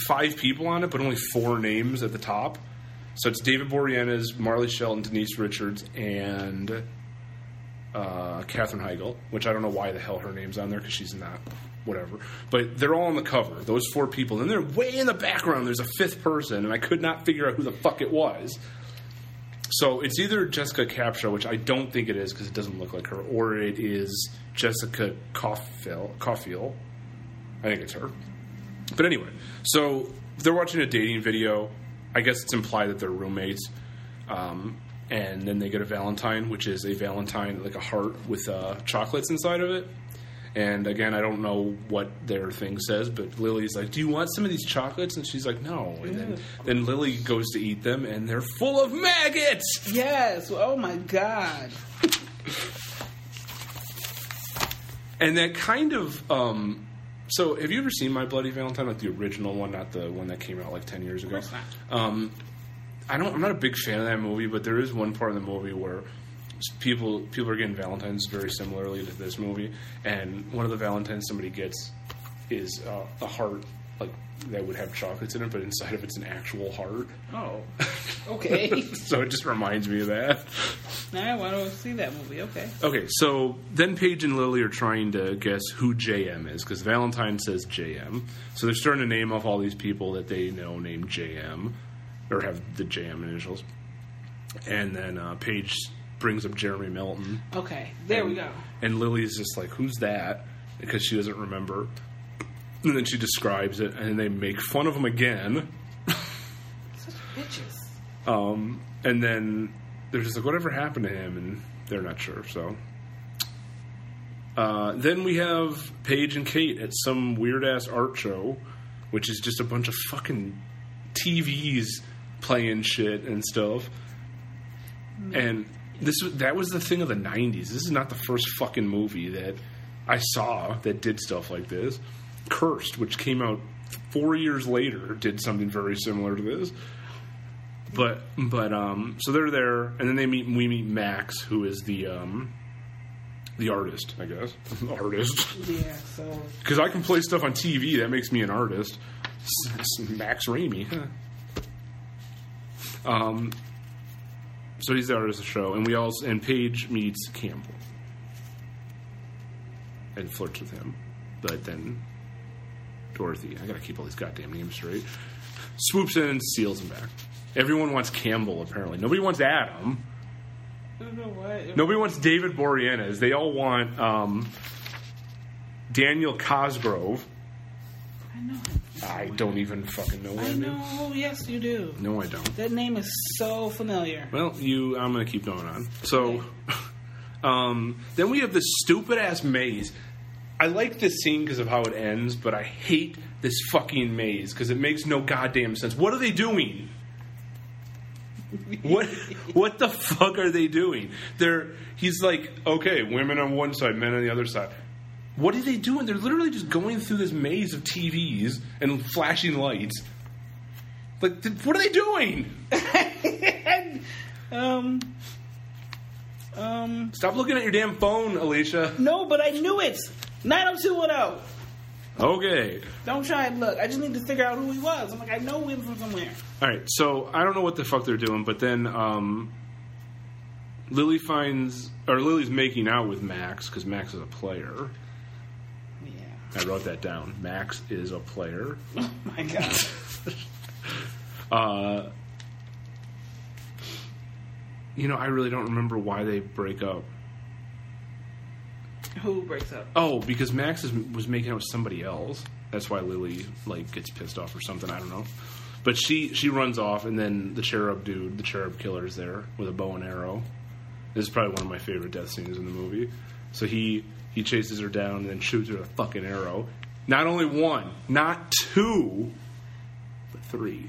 Speaker 5: five people on it, but only four names at the top. So it's David Boreanaz, Marley Shelton, Denise Richards, and uh, Katherine Heigl, which I don't know why the hell her name's on there because she's not whatever. But they're all on the cover. Those four people, and they're way in the background. There's a fifth person, and I could not figure out who the fuck it was. So it's either Jessica Capshaw, which I don't think it is because it doesn't look like her, or it is Jessica Caulfield. Caulfield. I think it's her. But anyway, so they're watching a dating video. I guess it's implied that they're roommates. Um, and then they get a Valentine, which is a Valentine, like a heart with uh, chocolates inside of it. And again, I don't know what their thing says, but Lily's like, Do you want some of these chocolates? And she's like, No. And then, then Lily goes to eat them, and they're full of maggots!
Speaker 6: Yes. Oh my god.
Speaker 5: And that kind of. Um, so, have you ever seen My Bloody Valentine? Like the original one, not the one that came out like 10 years ago? Um, I don't. I'm not a big fan of that movie, but there is one part of the movie where people people are getting valentines very similarly to this movie, and one of the valentines somebody gets is uh, a heart like that would have chocolates in it, but inside of it's an actual heart.
Speaker 6: Oh. Okay.
Speaker 5: So it just reminds me of that.
Speaker 6: now I want to see that movie. Okay.
Speaker 5: Okay, so then Paige and Lily are trying to guess who JM is because Valentine says JM. So they're starting to name off all these people that they know named JM or have the JM initials. And then uh, Paige brings up Jeremy Milton.
Speaker 6: Okay. There we go.
Speaker 5: And Lily's just like, who's that? Because she doesn't remember. And then she describes it, and they make fun of him again.
Speaker 6: Bitches.
Speaker 5: Um, and then they're just like, whatever happened to him? And they're not sure, so. Uh, then we have Paige and Kate at some weird ass art show, which is just a bunch of fucking TVs playing shit and stuff. And this was- that was the thing of the '90s. This is not the first fucking movie that I saw that did stuff like this. Cursed, which came out four years later, did something very similar to this. But but um, so they're there, and then they meet. We meet Max, who is the um, the artist, I guess. artist,
Speaker 6: Yeah. So
Speaker 5: because I can play stuff on TV. That makes me an artist. S- s- Max Raimi. Huh? Um, so he's the artist of the show, and we all and Paige meets Campbell and flirts with him, but then Dorothy. I gotta keep all these goddamn names straight. Swoops in and seals him back. Everyone wants Campbell, apparently. Nobody wants Adam.
Speaker 6: I don't know what.
Speaker 5: Nobody wants David Boreanaz. They all want um, Daniel Cosgrove.
Speaker 6: I know.
Speaker 5: I don't even fucking know what
Speaker 6: I
Speaker 5: I mean.
Speaker 6: know. Yes, you do.
Speaker 5: No, I don't.
Speaker 6: That name is so familiar.
Speaker 5: Well, you. I'm gonna keep going on. So, um, then we have this stupid ass maze. I like this scene because of how it ends, but I hate this fucking maze because it makes no goddamn sense. What are they doing? what what the fuck are they doing? They're he's like, okay, women on one side, men on the other side. What are they doing? They're literally just going through this maze of TVs and flashing lights. Like, th- what are they doing?
Speaker 6: um. Um,
Speaker 5: Stop looking at your damn phone, Alicia.
Speaker 6: no, but I knew it. 90210.
Speaker 5: Okay.
Speaker 6: Don't try and look. I just need to figure out who he was. I'm like, I know him from somewhere.
Speaker 5: All right, so I don't know what the fuck they're doing, but then um, Lily finds or Lily's making out with Max because Max is a player.
Speaker 6: Yeah.
Speaker 5: I wrote that down. Max is a player.
Speaker 6: My God.
Speaker 5: Uh, you know, I really don't remember why they break up.
Speaker 6: who breaks up?
Speaker 5: Oh, because Max is, was making out with somebody else. That's why Lily like gets pissed off or something. I don't know. But she she runs off, and then the cherub dude, the cherub killer, is there with a bow and arrow. This is probably one of my favorite death scenes in the movie. So he he chases her down and then shoots her with a fucking arrow. Not only one, not two, but three.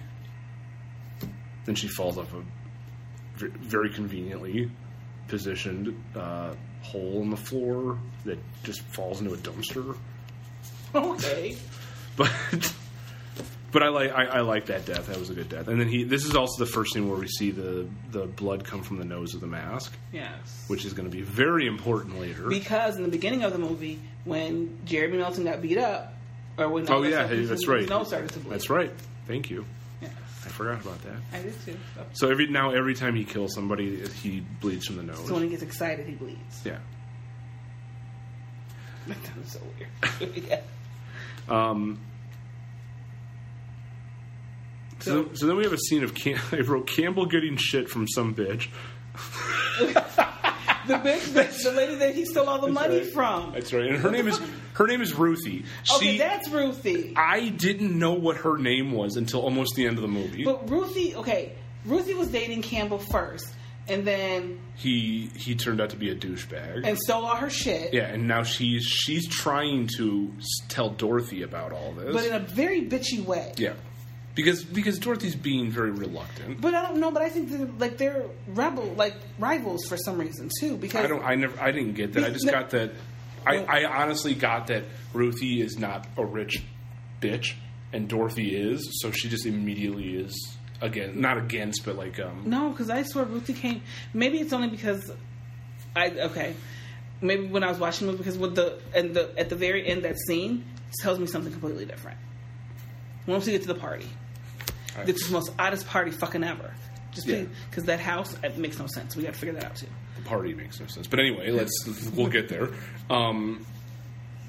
Speaker 5: Then she falls off a ver- very conveniently positioned uh, hole in the floor that just falls into a dumpster.
Speaker 6: Okay.
Speaker 5: But but I like I, I like that death. That was a good death. And then he this is also the first scene where we see the the blood come from the nose of the mask,
Speaker 6: Yes.
Speaker 5: which is going to be very important later.
Speaker 6: Because in the beginning of the movie, when Jeremy Melton got beat up, or when
Speaker 5: oh yeah, hey,
Speaker 6: his
Speaker 5: that's right.
Speaker 6: nose started to bleed.
Speaker 5: That's right. Thank you.
Speaker 6: Yeah.
Speaker 5: I forgot about that.
Speaker 6: I did too.
Speaker 5: So every now every time he kills somebody, he bleeds from the nose.
Speaker 6: So when he gets excited, he bleeds.
Speaker 5: yeah.
Speaker 6: That was so weird. yeah.
Speaker 5: Um, So, so then we have a scene of Cam- I wrote Campbell getting shit from some bitch.
Speaker 6: The bitch, the, the lady that he stole all the money from.
Speaker 5: That's right. And her name is her name is Ruthie.
Speaker 6: Okay,
Speaker 5: She
Speaker 6: that's Ruthie.
Speaker 5: I didn't know what her name was until almost the end of the movie.
Speaker 6: But Ruthie, okay, Ruthie was dating Campbell first, and then
Speaker 5: he he turned out to be a douchebag.
Speaker 6: and stole all her shit.
Speaker 5: yeah, and now she's she's trying to s- tell Dorothy about all this.
Speaker 6: But in a very bitchy way.
Speaker 5: yeah. Because because Dorothy's being very reluctant.
Speaker 6: But I don't know. But I think that, like they're rebel, like rivals for some reason too. Because
Speaker 5: I don't I never I didn't get that. I just
Speaker 6: No.
Speaker 5: got that I, I honestly got that Ruthie is not a rich bitch and Dorothy is, so she just immediately is again not against but like um
Speaker 6: No, because I swear Ruthie came. Maybe it's only because I okay. Maybe when I was watching the movie, because with the and the at the very end that scene tells me something completely different. Once we get to the party,
Speaker 5: All right.
Speaker 6: it's the most oddest party fucking ever. Just
Speaker 5: Yeah.
Speaker 6: because that house it makes no sense. We got to figure that out too.
Speaker 5: party makes no sense. But anyway, let's we'll get there. Um,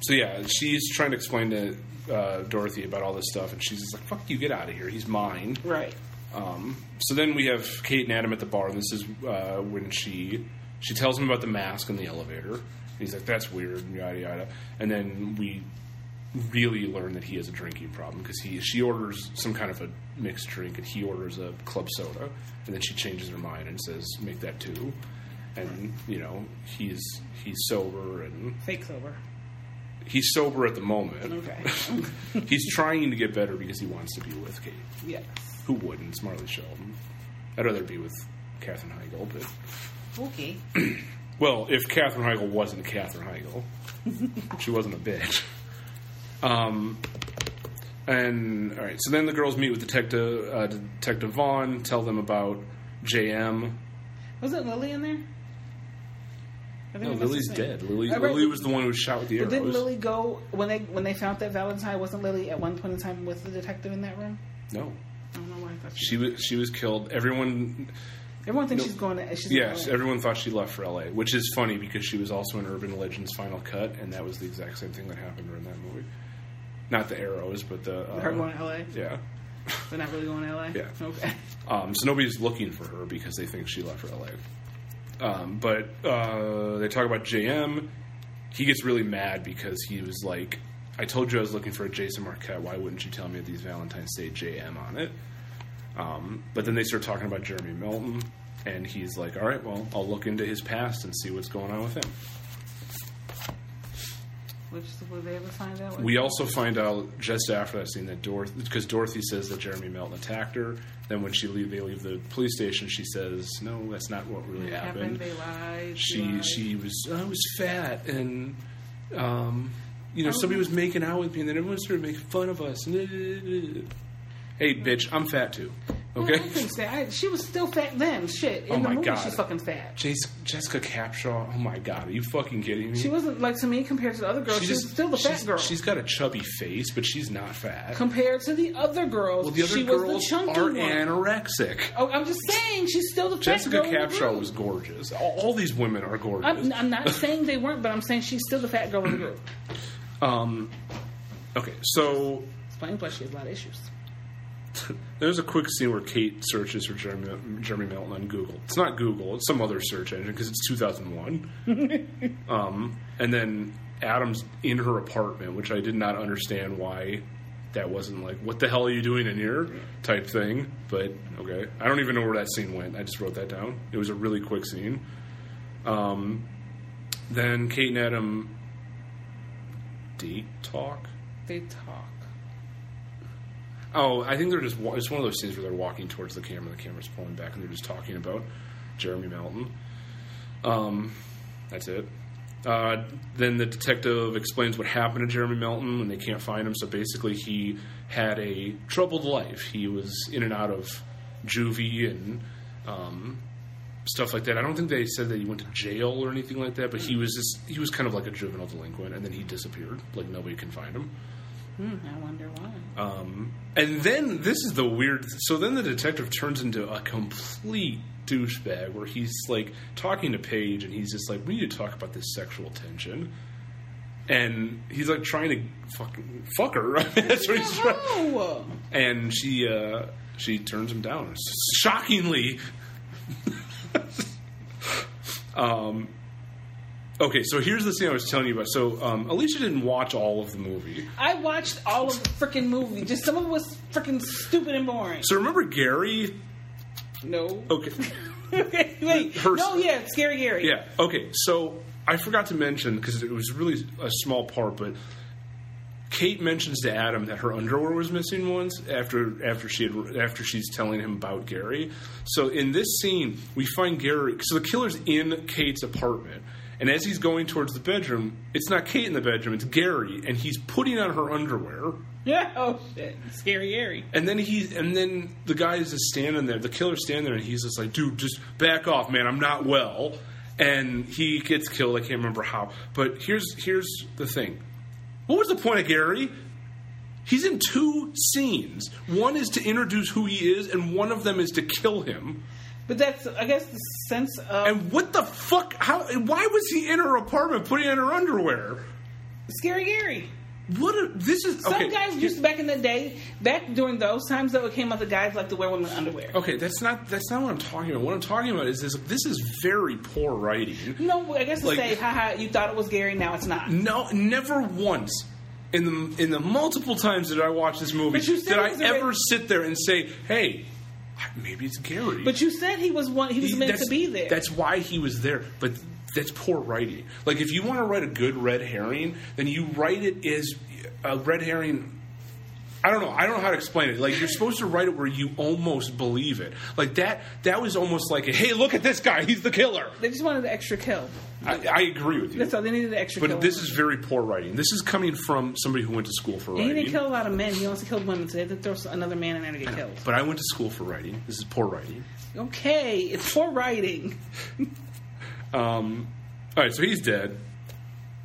Speaker 5: so yeah, she's trying to explain to uh, Dorothy about all this stuff, and she's just like, "Fuck you, get out of here. He's mine."
Speaker 6: Right.
Speaker 5: Um, so then we have Kate and Adam at the bar, and this is uh, when she she tells him about the mask in the elevator. He's like, "That's weird," and yada yada. And then we really learn that he has a drinking problem because he she orders some kind of a mixed drink, and he orders a club soda, and then she changes her mind and says, "Make that two. And you know he's he's sober and
Speaker 6: Fake sober.
Speaker 5: he's sober at the moment.
Speaker 6: Okay.
Speaker 5: he's trying to get better because he wants to be with Kate.
Speaker 6: yes.
Speaker 5: Who wouldn't? It's Marley Sheldon. I'd rather be with Katherine Heigl, but
Speaker 6: Okay.
Speaker 5: well, if Katherine Heigl wasn't Katherine Heigl, she wasn't a bitch. Um, and all right, so then the girls meet with Detective uh, Detective Vaughn, tell them about J.M.
Speaker 6: Was it Lily in there? I think
Speaker 5: No,
Speaker 6: it was
Speaker 5: Lily's
Speaker 6: the same.
Speaker 5: dead. Lily,
Speaker 6: I read-
Speaker 5: Lily was the one who was shot with the
Speaker 6: But
Speaker 5: arrows.
Speaker 6: didn't Lily go when they when they found that Valentine wasn't Lily at one point in time with the detective in that room?
Speaker 5: no,
Speaker 6: I don't know why I thought she.
Speaker 5: she was she was killed. Everyone
Speaker 6: Everyone thinks
Speaker 5: no.
Speaker 6: she's going to. She's
Speaker 5: Yes,
Speaker 6: going
Speaker 5: everyone thought she left for LA, which is funny because she was also in Urban Legends Final Cut, and that was the exact same thing that happened in that movie. Not the arrows, but the uh,
Speaker 6: to, her going to LA.
Speaker 5: Yeah.
Speaker 6: They're not really going to LA.
Speaker 5: Yeah.
Speaker 6: Okay.
Speaker 5: Um, so nobody's looking for her because they think she left for LA. Um, but uh, they talk about JM. He gets really mad because he was like, "I told you I was looking for a Jason Marquette. Why wouldn't you tell me that these Valentine's Day JM on it?" Um, but then they start talking about Jeremy Milton, and he's like, "All right, well, I'll look into his past and see what's going on with him."
Speaker 6: Which will they ever find out?
Speaker 5: We also find out just after that scene that Dorothy, because Dorothy says that Jeremy Melton attacked her. Then when she leave, they leave the police station. She says, "No, that's not what really
Speaker 6: It
Speaker 5: happened."
Speaker 6: They lied.
Speaker 5: She
Speaker 6: lied.
Speaker 5: she was I was fat and um, you know
Speaker 6: Oh.
Speaker 5: somebody was making out with me and then everyone started making fun of us. Hey, bitch, I'm fat too. Okay.
Speaker 6: I think that I, she was still fat then. Shit. In
Speaker 5: Oh
Speaker 6: the
Speaker 5: my
Speaker 6: movie,
Speaker 5: God.
Speaker 6: she's fucking fat.
Speaker 5: Jace, Jessica Capshaw. Oh my god, are you fucking kidding me?
Speaker 6: She wasn't like to me compared to the other girls. She, was still the fat
Speaker 5: she's-
Speaker 6: girl.
Speaker 5: She's got a chubby face, but she's not fat.
Speaker 6: compared to the other girls.
Speaker 5: well, the other
Speaker 6: she was
Speaker 5: girls
Speaker 6: the chunky
Speaker 5: are
Speaker 6: one.
Speaker 5: anorexic.
Speaker 6: oh, I'm just saying she's still the fat
Speaker 5: Jessica
Speaker 6: girl. in the
Speaker 5: Capshaw
Speaker 6: group.
Speaker 5: was gorgeous. All, all these women are gorgeous.
Speaker 6: I'm, I'm not saying they weren't, but I'm saying she's still the fat girl in the group.
Speaker 5: um, okay, so
Speaker 6: Explain why she has a lot of issues.
Speaker 5: There's a quick scene where Kate searches for Jeremy, Jeremy Milton on Google. It's not Google; it's some other search engine because it's 2001. um, and then Adam's in her apartment, which I did not understand why that wasn't like "What the hell are you doing in here?" type thing. But okay, I don't even know where that scene went. I just wrote that down. It was a really quick scene. Um, then Kate and Adam date talk.
Speaker 6: They talk.
Speaker 5: Oh, I think they're just wa- it's one of those scenes where they're walking towards the camera, the camera's pulling back, and they're just talking about Jeremy Melton. Um, that's it. Uh, then the detective explains what happened to Jeremy Melton when they can't find him. So basically, he had a troubled life. He was in and out of juvie and um, stuff like that. I don't think they said that he went to jail or anything like that, but he was just, he was kind of like a juvenile delinquent, and then he disappeared. Like nobody can find him.
Speaker 6: Hmm, I wonder why.
Speaker 5: Um, and then this is the weird. So then the detective turns into a complete douchebag where he's like talking to Paige and he's just like, "We need to talk about this sexual tension." And he's like trying to fucking fuck her. That's what he's trying.
Speaker 6: Oh,
Speaker 5: And she uh, she turns him down. Shockingly. um. Okay, so here's the scene I was telling you about. So um, Alicia didn't watch all of the movie.
Speaker 6: I watched all of the freaking movie. Just some of it was freaking stupid and boring.
Speaker 5: So remember Gary?
Speaker 6: No.
Speaker 5: Okay.
Speaker 6: Okay, wait.
Speaker 5: Her-
Speaker 6: no, yeah, Scary Gary.
Speaker 5: Yeah. Okay. So I forgot to mention because it was really a small part, but Kate mentions to Adam that her underwear was missing once after after she had, after she's telling him about Gary. So in this scene, we find Gary. So the killer's in Kate's apartment. And as he's going towards the bedroom, it's not Kate in the bedroom, it's Gary, and he's putting on her underwear.
Speaker 6: Yeah. Oh shit. Scary Gary.
Speaker 5: And then he's and then the guy is just standing there. The killer's standing there, and he's just like, "Dude, just back off, man. I'm not well." And he gets killed. I can't remember how. But here's here's the thing. What was the point of Gary? He's in two scenes. One is to introduce who he is, and one of them is to kill him.
Speaker 6: But that's, I guess, the sense of
Speaker 5: And what the fuck? How? Why was he in her apartment putting on her underwear?
Speaker 6: Scary Gary.
Speaker 5: What? A, this is
Speaker 6: Some
Speaker 5: okay.
Speaker 6: guys used to, back in the day, back during those times though, it came out that guys like to wear women's underwear.
Speaker 5: Okay, that's not that's not what I'm talking about. What I'm talking about is this. This is very poor writing.
Speaker 6: No, I guess to
Speaker 5: Like-
Speaker 6: say, haha, you thought it was Gary, now it's not.
Speaker 5: No, never once in the in the multiple times that I watched this movie
Speaker 6: But you
Speaker 5: did
Speaker 6: said
Speaker 5: I
Speaker 6: it was a
Speaker 5: ever
Speaker 6: ra-
Speaker 5: sit there and say, "Hey, maybe it's Gary."
Speaker 6: But you said he was one. He was
Speaker 5: He-
Speaker 6: meant
Speaker 5: that's-
Speaker 6: to be there.
Speaker 5: That's why he was there. But that's poor writing. Like if you want to write a good red herring, then you write it as a red herring. I don't know. I don't know how to explain it. Like you're supposed to write it where you almost believe it. Like that. That was almost like, a, "Hey, look at this guy. He's the killer."
Speaker 6: they just wanted the extra kill.
Speaker 5: I, I agree with you.
Speaker 6: That's all they needed. The extra kill.
Speaker 5: But this is very poor writing. This is coming from somebody who went to school for
Speaker 6: And he
Speaker 5: writing.
Speaker 6: didn't kill a lot of men. He only killed women. So they had to throw another man in there to get killed.
Speaker 5: But I went to school for writing. This is poor writing.
Speaker 6: Okay, it's poor writing.
Speaker 5: Um, all right, so he's dead.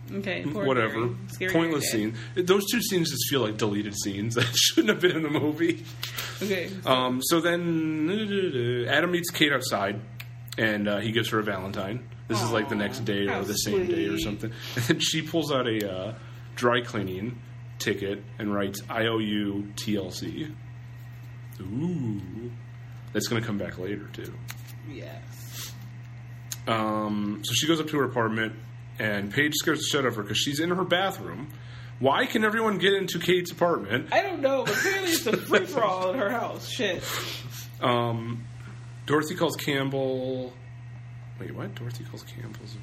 Speaker 6: Okay, poor
Speaker 5: Whatever.
Speaker 6: Gary. Scary
Speaker 5: Pointless
Speaker 6: Gary
Speaker 5: scene. Those two scenes just feel like deleted scenes that shouldn't have been in the movie.
Speaker 6: dad. Okay,
Speaker 5: Um, so then Adam meets Kate outside, and uh, he gives her a Valentine. This is like the next day or
Speaker 6: how
Speaker 5: the same day or
Speaker 6: sweet.
Speaker 5: something. And then she pulls out a uh, dry cleaning ticket and writes IOU TLC. Ooh. That's going to come back later, too.
Speaker 6: yes.
Speaker 5: Um, so she goes up to her apartment, and Paige scares the shit out of her because she's in her bathroom. Why can everyone get into Kate's apartment?
Speaker 6: I don't know, but clearly it's a free for all in her house. Shit.
Speaker 5: Um, Dorothy calls Campbell. Wait, what? Dorothy calls Campbell's.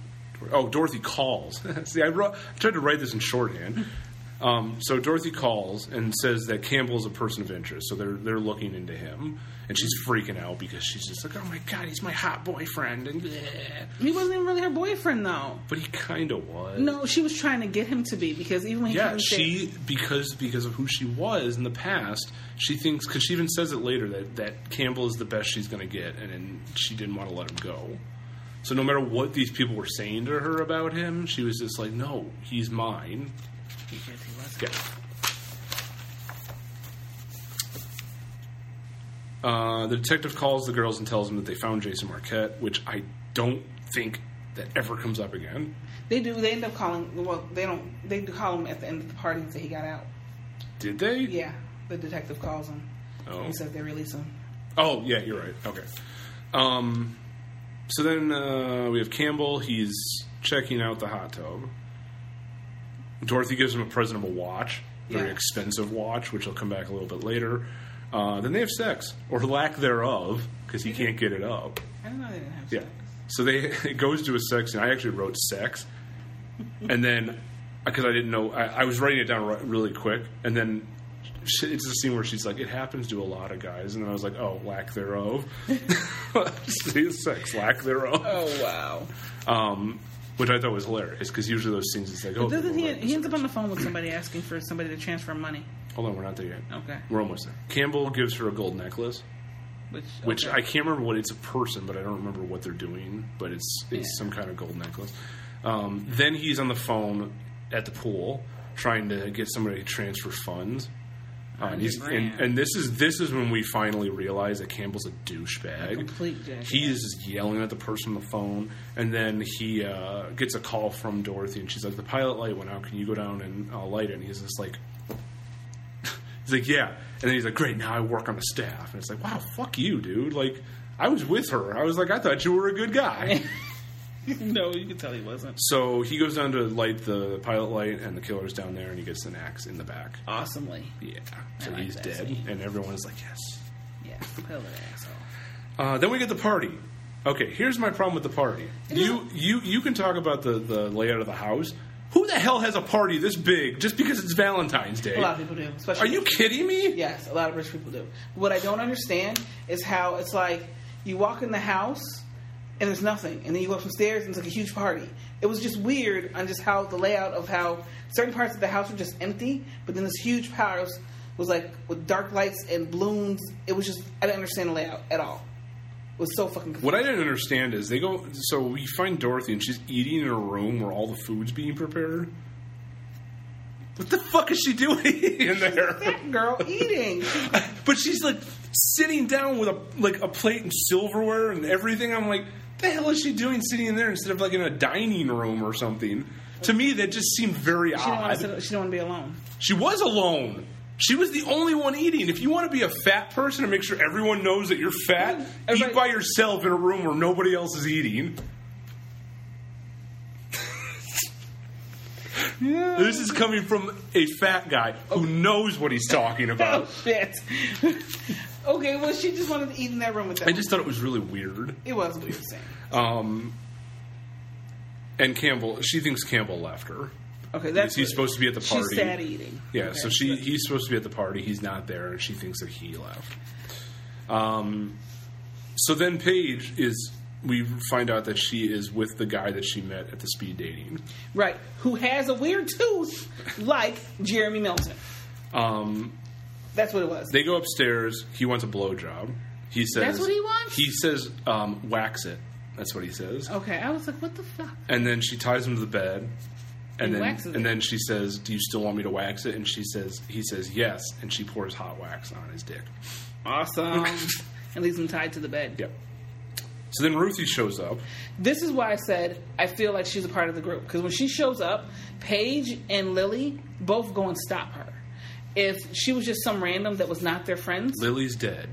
Speaker 5: Dor- Oh, Dorothy calls. See, I, wrote, I tried to write this in shorthand. Um, so Dorothy calls and says that Campbell's a person of interest, so they're they're looking into him, and she's freaking out because she's just like, "Oh my god, he's my hot boyfriend," and bleh.
Speaker 6: He wasn't even really her boyfriend though.
Speaker 5: but he kind of was.
Speaker 6: No, she was trying to get him to be because even when he
Speaker 5: Yeah,
Speaker 6: came
Speaker 5: she because because of who she was in the past, she thinks because she even says it later that that Campbell is the best she's going to get, and then she didn't want to let him go. So no matter what these people were saying to her about him, she was just like, "No, he's mine." Yeah. Uh, the detective calls the girls and tells them that they found Jason Marquette, which I don't think that ever comes up again.
Speaker 6: they do they end up calling well they don't they do call him at the end of the party and say he got out.
Speaker 5: Did they?
Speaker 6: Yeah, the detective calls him.
Speaker 5: Oh.
Speaker 6: He says they release him.
Speaker 5: Oh yeah, you're right. Okay. Um, so then uh, we have Campbell. He's checking out the hot tub. Dorothy gives him a present of a watch, very
Speaker 6: Yeah.
Speaker 5: expensive watch, which will come back a little bit later. Uh, then they have sex, or lack thereof, because he can't get it up.
Speaker 6: I don't know they didn't have
Speaker 5: Yeah.
Speaker 6: sex.
Speaker 5: So they it goes to a sex, and I actually wrote sex, and then because I didn't know, I, I was writing it down ri- really quick, and then sh- it's a scene where she's like, "It happens to a lot of guys," and then I was like, "Oh, lack thereof." See, sex, lack thereof,
Speaker 6: Oh wow.
Speaker 5: um, which I thought was hilarious because usually those scenes it's like, "Oh,
Speaker 6: Doesn't
Speaker 5: they were
Speaker 6: he?
Speaker 5: like
Speaker 6: He
Speaker 5: this."
Speaker 6: ends up on the phone with somebody asking for somebody to transfer money,
Speaker 5: hold on, we're not there yet."
Speaker 6: Okay.
Speaker 5: we're almost there. Campbell gives her a gold necklace.
Speaker 6: which
Speaker 5: which
Speaker 6: okay.
Speaker 5: I can't remember what it's a person, but I don't remember what they're doing. But it's it's some kind of gold necklace. Um, then he's on the phone at the pool trying to get somebody to transfer funds. Uh, and, he's, and,
Speaker 6: grand.
Speaker 5: and this is this is when we finally realize that Campbell's a douchebag.
Speaker 6: complete jackass.
Speaker 5: He is just yelling at the person on the phone, and then he uh, gets a call from Dorothy, and she's like, "The pilot light went out. Can you go down and uh, light it?" And he's just like, He's like, yeah. And then he's like, great, now I work on the staff. And it's like, wow, fuck you, dude. Like, I was with her. I was like, I thought you were a good guy.
Speaker 6: no, you could tell he wasn't.
Speaker 5: so he goes down to light the pilot light, and the killer's down there, and he gets an axe in the back.
Speaker 6: Awesomely,
Speaker 5: Yeah. So
Speaker 6: Oh. like
Speaker 5: he's
Speaker 6: that
Speaker 5: dead.
Speaker 6: scene.
Speaker 5: And everyone is like, yes.
Speaker 6: yeah, hell of an asshole.
Speaker 5: Uh, then we get the party. Okay, here's my problem with the party. You you you can talk about the, the layout of the house. Who the hell has a party this big just because it's Valentine's Day?
Speaker 6: A lot of people do.
Speaker 5: Are
Speaker 6: Especially
Speaker 5: you kidding me?
Speaker 6: Yes, a lot of rich people do. What I don't understand is how it's like you walk in the house and there's nothing, and then you go up some stairs and it's like a huge party. It was just weird on just how the layout of how certain parts of the house were just empty, but then this huge house was like with dark lights and balloons. It was just I didn't understand the layout at all. It was so fucking confusing.
Speaker 5: What I didn't understand is they go. So we find Dorothy and she's eating in a room where all the food's being prepared. What the fuck is she doing in there?
Speaker 6: girl eating. She-
Speaker 5: but she's like sitting down with a like a plate and silverware and everything. I'm like, the hell is she doing sitting in there instead of like in a dining room or something? To me, that just seemed very
Speaker 6: She don't, want
Speaker 5: odd.
Speaker 6: to, she don't want to be alone.
Speaker 5: She was alone. She was the only one eating. If you want to be a fat person and make sure everyone knows that you're fat,
Speaker 6: Everybody-
Speaker 5: eat by yourself in a room where nobody else is eating. This is coming from a fat guy who knows what he's talking
Speaker 6: Oh
Speaker 5: about.
Speaker 6: shit. okay, well she just wanted to eat in that room with them.
Speaker 5: I just thought it was really weird.
Speaker 6: it was weird. Saying.
Speaker 5: Um, and Campbell, she thinks Campbell left her.
Speaker 6: Okay, that's
Speaker 5: he's supposed to be at the party.
Speaker 6: She's sad eating.
Speaker 5: Yeah,
Speaker 6: Okay.
Speaker 5: so she he's supposed to be at the party. He's not there, and she thinks that he left. Um, so then Paige is. We find out that she is with the guy that she met at the speed dating.
Speaker 6: Right. Who has a weird tooth like Jeremy Milton.
Speaker 5: Um,
Speaker 6: That's what it was.
Speaker 5: they go upstairs. He wants a blowjob. He says
Speaker 6: That's what he wants? Oh,
Speaker 5: He says um, wax it. That's what he says.
Speaker 6: okay, I was like, what the fuck?
Speaker 5: And then she ties him to the bed. And
Speaker 6: And
Speaker 5: then
Speaker 6: waxes
Speaker 5: and
Speaker 6: it.
Speaker 5: then she says, "Do you still want me to wax it?" And she says, "He says yes." And she pours hot wax on his dick.
Speaker 6: Awesome. and leaves him tied to the bed.
Speaker 5: Yep. So then Ruthie shows up.
Speaker 6: This is why I said I feel like she's a part of the group. Because when she shows up, Paige and Lily both go and stop her. If she was just some random that was not their friends.
Speaker 5: Lily's dead.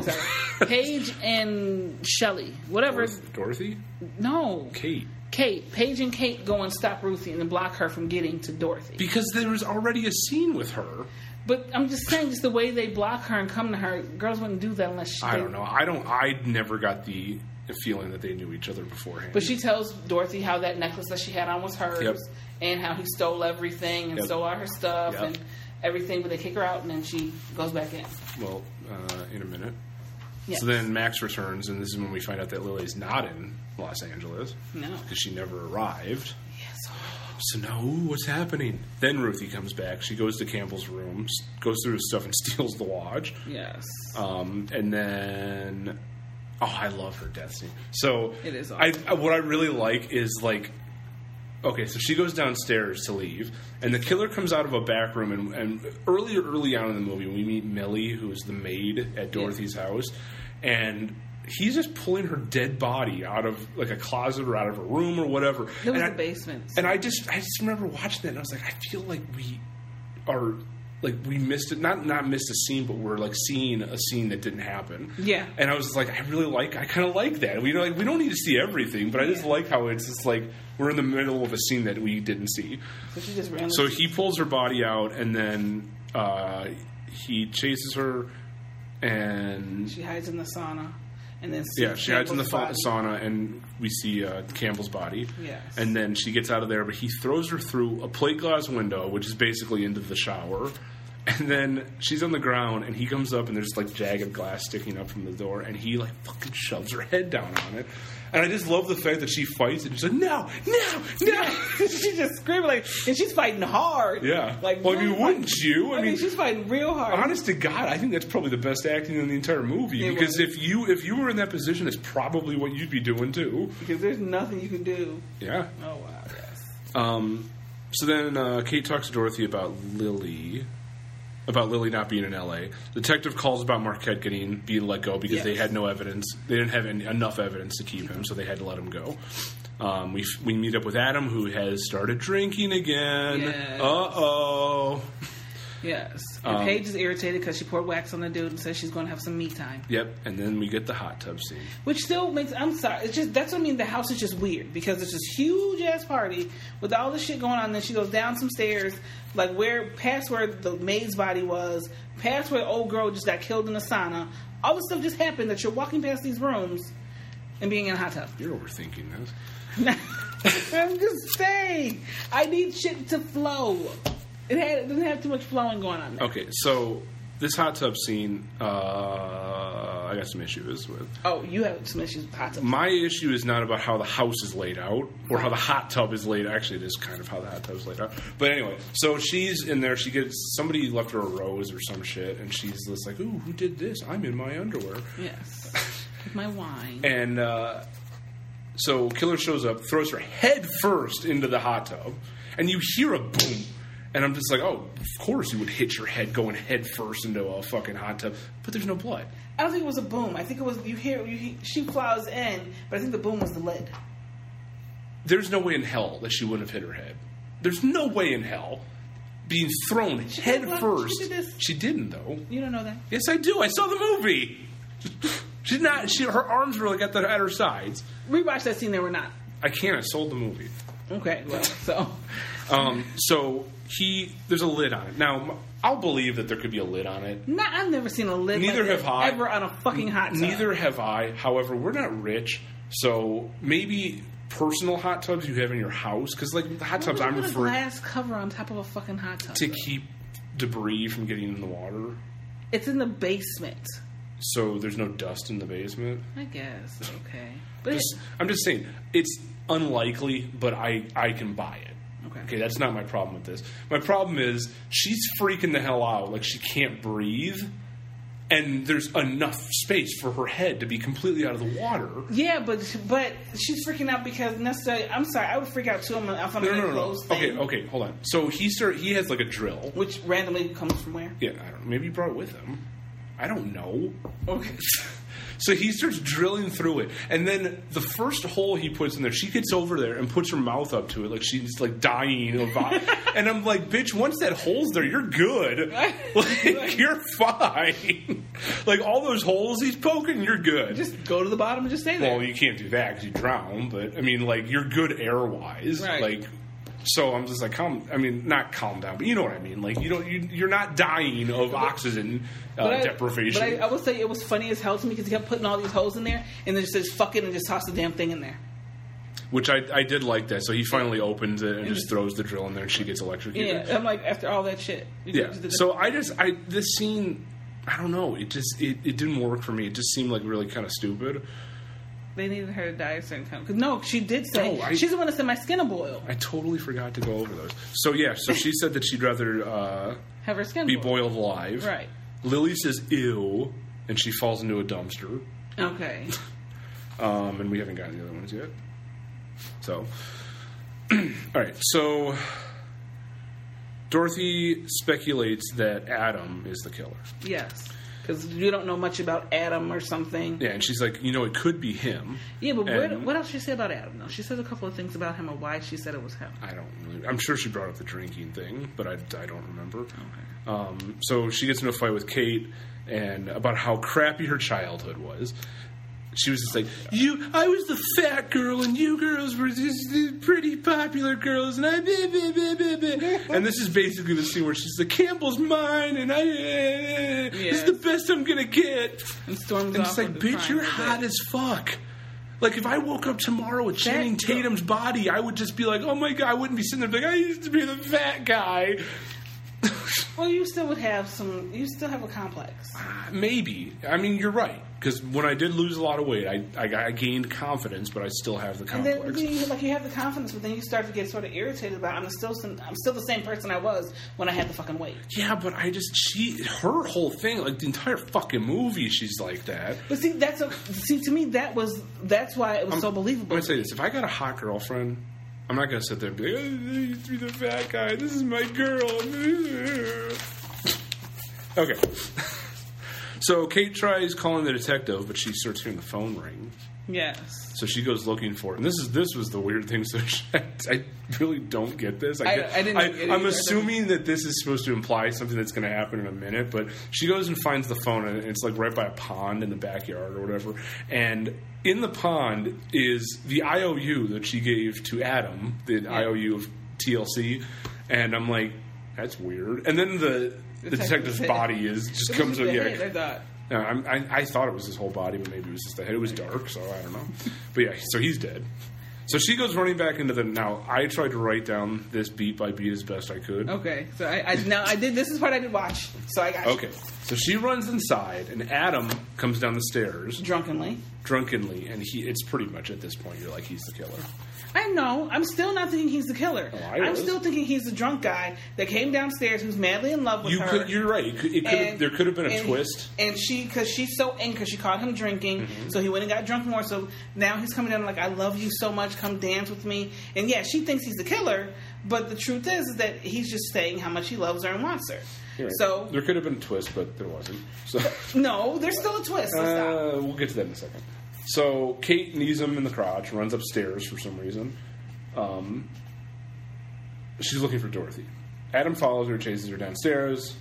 Speaker 6: sorry. Paige and Shelly. Whatever.
Speaker 5: Dorothy?
Speaker 6: No.
Speaker 5: Kate.
Speaker 6: Kate. Paige and Kate go and stop Ruthie and then block her from getting to Dorothy.
Speaker 5: Because there was already a scene with her.
Speaker 6: But I'm just saying, just the way they block her and come to her, girls wouldn't do that unless she.
Speaker 5: I don't know. I don't. I never got the a feeling that they knew each other beforehand.
Speaker 6: But she tells Dorothy how that necklace that she had on was hers,
Speaker 5: Yep.
Speaker 6: and how he stole everything and
Speaker 5: Yep.
Speaker 6: stole all her stuff
Speaker 5: Yep.
Speaker 6: and everything. But they kick her out, and then she goes back in.
Speaker 5: well, uh, in a minute.
Speaker 6: Yes.
Speaker 5: So then Max returns, and this is when we find out that Lily's not in Los Angeles
Speaker 6: no,
Speaker 5: because she never arrived. So now, ooh, what's happening? Then Ruthie comes back. She goes to Campbell's room, s- goes through his stuff, and steals the watch.
Speaker 6: yes,
Speaker 5: Um, and then, oh, I love her death scene. So
Speaker 6: It is
Speaker 5: I,
Speaker 6: awesome.
Speaker 5: I what I really like is like, okay, so she goes downstairs to leave, and the killer comes out of a back room. And, and earlier, early on in the movie, we meet Millie, who is the maid at Dorothy's house, and. He's just pulling her dead body out of like a closet or out of a room or whatever.
Speaker 6: it was
Speaker 5: And I-
Speaker 6: the basement.
Speaker 5: and I just I just remember watching that and I was like, I feel like we are like we missed it not not missed a scene, but we're like seeing a scene that didn't happen.
Speaker 6: Yeah.
Speaker 5: And I was just like, I really like I kinda like that. We know like we don't need to see everything, but I just
Speaker 6: Yeah.
Speaker 5: like how it's just like we're in the middle of a scene that we didn't see.
Speaker 6: so she just ran.
Speaker 5: So he pulls her body out and then uh he chases her and
Speaker 6: she hides in the sauna, and then
Speaker 5: yeah, she hides in the fa-
Speaker 6: Campbell's body.
Speaker 5: sauna, and we see uh, Campbell's body.
Speaker 6: Yes.
Speaker 5: And then she gets out of there, but he throws her through a plate glass window, which is basically into the shower. And then she's on the ground, and he comes up, and there's like jagged glass sticking up from the door, and he like fucking shoves her head down on it. And I just love the fact that she fights, and she's like, "No, no, no!"
Speaker 6: she's just screaming like, and she's fighting hard.
Speaker 5: Yeah.
Speaker 6: like
Speaker 5: Well, I mean,
Speaker 6: really
Speaker 5: wouldn't
Speaker 6: fight-
Speaker 5: you? I
Speaker 6: I, mean,
Speaker 5: mean-
Speaker 6: she's fighting real hard.
Speaker 5: Honest to God, I think that's probably the best acting in the entire movie.
Speaker 6: It
Speaker 5: because
Speaker 6: was.
Speaker 5: if you if you were in that position, it's probably what you'd be doing too.
Speaker 6: because there's nothing you can do.
Speaker 5: Yeah.
Speaker 6: Oh wow, yes,
Speaker 5: Um, so then uh, Kate talks to Dorothy about Lily, about Lily not being in L.A. Detective calls about Marquette getting being let go because they
Speaker 6: Yes.
Speaker 5: had no evidence. They didn't have any, enough evidence to keep him, so they had to let him go. Um, we f- we meet up with Adam, who has started drinking again.
Speaker 6: Yes.
Speaker 5: Uh oh.
Speaker 6: yes. And Paige is irritated because she poured wax on the dude and says she's going to have some me time.
Speaker 5: Yep. And then we get the hot tub scene.
Speaker 6: Which still makes I'm sorry. It's just that's what I mean. The house is just weird because it's this huge ass party with all this shit going on. Then she goes down some stairs, like where past where the maid's body was, past where the old girl just got killed in the sauna. All this stuff just happened that you're walking past these rooms and being in a hot tub.
Speaker 5: You're overthinking this.
Speaker 6: I'm just saying, I need shit to flow. It, had, it doesn't have too much flowing going on. There.
Speaker 5: Okay, so this hot tub scene, uh, I got some issues with.
Speaker 6: Oh, you have some issues with hot tub.
Speaker 5: my issue is not about how the house is laid out or how the hot tub is laid. Actually, it is kind of how the hot tub is laid out. But anyway, so she's in there. She gets somebody left her a rose or some shit, and she's just like, "Ooh, who did this? I'm in my underwear."
Speaker 6: Yes, with my wine.
Speaker 5: And uh, so killer shows up, throws her head first into the hot tub, and you hear a boom. And I'm just like, oh, of course you would hit your head going head first into a fucking hot tub, but there's no blood.
Speaker 6: I don't think it was a boom. I think it was you hear you, he- she plows in, but I think the boom was the lead.
Speaker 5: there's no way in hell that she wouldn't have hit her head. There's no way in hell being thrown head
Speaker 6: did what?
Speaker 5: first.
Speaker 6: She did this.
Speaker 5: She didn't though.
Speaker 6: You don't know that.
Speaker 5: Yes, I do. I saw the movie. She's not. She her arms were like at, the, at her sides.
Speaker 6: Rewatch that scene. They were not.
Speaker 5: I can't. I sold the movie.
Speaker 6: Okay, well, so
Speaker 5: Um, so he there's a lid on it. Now I'll believe that there could be a lid on it.
Speaker 6: not. I've never seen a lid.
Speaker 5: Neither
Speaker 6: like
Speaker 5: have
Speaker 6: that
Speaker 5: I.
Speaker 6: ever on a fucking hot tub.
Speaker 5: Neither have I. However, we're not rich, so maybe personal hot tubs you have in your house because like the hot
Speaker 6: Why would
Speaker 5: tubs
Speaker 6: you
Speaker 5: I'm
Speaker 6: put a
Speaker 5: referring
Speaker 6: glass cover on top of a fucking hot tub.
Speaker 5: to keep debris from getting in the water.
Speaker 6: It's in the basement.
Speaker 5: so there's no dust in the basement.
Speaker 6: I guess. Okay, but
Speaker 5: Just, I'm just saying it's unlikely, but I I can buy it.
Speaker 6: Okay.
Speaker 5: Okay, that's not my problem with this. My problem is she's freaking the hell out, like she can't breathe, and there's enough space for her head to be completely out of the water.
Speaker 6: Yeah, but but she's freaking out because necessarily. I'm sorry, I would freak out too. I'm- If I'm
Speaker 5: No,
Speaker 6: in
Speaker 5: no,
Speaker 6: a
Speaker 5: no, no.
Speaker 6: closed
Speaker 5: Okay,
Speaker 6: thing,
Speaker 5: okay, hold on. So he start he has like a drill.
Speaker 6: which randomly comes from where?
Speaker 5: Yeah, I don't. Maybe he brought it with him. I don't know.
Speaker 6: Okay,
Speaker 5: So he starts drilling through it, and then the first hole he puts in there, she gets over there and puts her mouth up to it, like she's like dying. Of vi- and I'm like, bitch, once that hole's there, you're good.
Speaker 6: Right.
Speaker 5: Like you're fine. like all those holes he's poking, you're good.
Speaker 6: just go to the bottom and just stay there.
Speaker 5: well, you can't do that because you drown. But I mean, like you're good air wise.
Speaker 6: Right.
Speaker 5: Like So I'm just like, calm. I mean, not calm down, but you know what I mean. Like you don't, you, you're not dying of oxygen uh,
Speaker 6: But I-
Speaker 5: deprivation.
Speaker 6: But I, I would say it was funny as hell to me because he kept putting all these holes in there and then just says fuck it and just toss the damn thing in there.
Speaker 5: which I, I did like that. So he finally opens it and just throws the drill in there, and she gets electrocuted.
Speaker 6: Yeah, I'm like after all that shit. you
Speaker 5: Yeah.
Speaker 6: just did the-
Speaker 5: So I just I this scene I don't know. It just it, it didn't work for me. It just seemed like really kind of stupid.
Speaker 6: they needed her to die a certain time. 'Cause no, she did say
Speaker 5: No, I-
Speaker 6: she's the one that said my skin will boil.
Speaker 5: I totally forgot to go over those. So yeah, so she said that she'd rather uh,
Speaker 6: Have her skin
Speaker 5: be
Speaker 6: boil.
Speaker 5: boiled alive.
Speaker 6: Right.
Speaker 5: Lily says ew, and she falls into a dumpster.
Speaker 6: Okay.
Speaker 5: Um, and we haven't gotten the other ones yet. So, all right. So Dorothy speculates that Adam is the killer.
Speaker 6: Yes. Because you don't know much about Adam or something.
Speaker 5: Yeah, and she's like, you know, it could be him.
Speaker 6: Yeah, but what,
Speaker 5: And-
Speaker 6: what else she say about Adam? though? she says a couple of things about him or why she said it was him.
Speaker 5: I don't really. I'm sure she brought up the drinking thing, but I, I don't remember. Um, so she gets into a fight with Kate and about how crappy her childhood was. She was just like, "You, I was the fat girl, and you girls were just the pretty popular girls, and I." Blah, blah, blah, blah, blah." And this is basically the scene where she's like, "Campbell's mine, and I. eh, This is the best I'm gonna get."
Speaker 6: And storms
Speaker 5: And
Speaker 6: off
Speaker 5: it's like,
Speaker 6: with the
Speaker 5: bitch,
Speaker 6: crime
Speaker 5: you're
Speaker 6: with
Speaker 5: hot
Speaker 6: it.
Speaker 5: as fuck. Like, if I woke up tomorrow with Channing
Speaker 6: girl.
Speaker 5: Tatum's body, I would just be like, oh my god, I wouldn't be sitting there like, I used to be the fat guy.
Speaker 6: Well, you still would have some. You still have a complex.
Speaker 5: Maybe. I mean, you're right. Because when I did lose a lot of weight, I, I, I gained confidence, but I still have the
Speaker 6: And then,
Speaker 5: complex.
Speaker 6: then you, like you have the confidence, but then you start to get sort of irritated about. I'm still some, I'm still the same person I was when I had the fucking weight.
Speaker 5: yeah, but I just, she, her whole thing, like the entire fucking movie, she's like that.
Speaker 6: But see, that's a, see to me that was that's why it was so
Speaker 5: I'm
Speaker 6: believable.
Speaker 5: gonna Um, say this: if I got a hot girlfriend, I'm not gonna sit there and be like, oh, "I used to be the fat guy. This is my girl." okay. so Kate tries calling the detective, but she starts hearing the phone ring.
Speaker 6: Yes,
Speaker 5: So she goes looking for it, and this is this was the weird thing. So she, I really don't get this.
Speaker 6: I-
Speaker 5: get-
Speaker 6: I didn't get it
Speaker 5: I'm
Speaker 6: either.
Speaker 5: assuming that this is supposed to imply something that's going to happen in a minute, but she goes and finds the phone, and it's like right by a pond in the backyard or whatever. And in the pond is the IOU that she gave to Adam, the IOU of TLC. And I'm like, that's weird. And then the the
Speaker 6: Detective's
Speaker 5: detective's
Speaker 6: head.
Speaker 5: body is just
Speaker 6: It
Speaker 5: comes
Speaker 6: was
Speaker 5: up.
Speaker 6: the
Speaker 5: Yeah,
Speaker 6: head, I thought.
Speaker 5: no, I'm, I, I thought it was his whole body, but maybe it was just the head. It was dark, so I don't know. But yeah, so he's dead. So she goes running back into the. Now, I tried to write down this beat by beat as best I could.
Speaker 6: Okay, so I, I now I did. This is what I did watch. So I got you.
Speaker 5: Okay. So she runs inside, and Adam comes down the stairs
Speaker 6: drunkenly.
Speaker 5: drunkenly, and he. It's pretty much at this point you're like he's the killer.
Speaker 6: I know. I'm still not thinking he's the killer.
Speaker 5: I
Speaker 6: I'm
Speaker 5: was.
Speaker 6: still thinking he's the drunk guy that came downstairs who's madly in love with
Speaker 5: You
Speaker 6: her.
Speaker 5: could. You're right. It could, it could,
Speaker 6: And-
Speaker 5: there could have been a
Speaker 6: and-
Speaker 5: twist. Mm-hmm.
Speaker 6: And she, because she's so angry, 'cause she caught him drinking, so he went and got drunk more. So now he's coming down like, "I love you so much, come dance with me." And yeah, she thinks he's the killer, but the truth is, is that he's just saying how much he loves her and wants her.
Speaker 5: You're right.
Speaker 6: So
Speaker 5: there could have been a twist, but there wasn't. So
Speaker 6: no, there's still a twist. Let's stop.
Speaker 5: Uh, we'll get to that in a second. So Kate knees him in the crotch, runs upstairs for some reason. Um, she's looking for Dorothy. Adam follows her, chases her downstairs.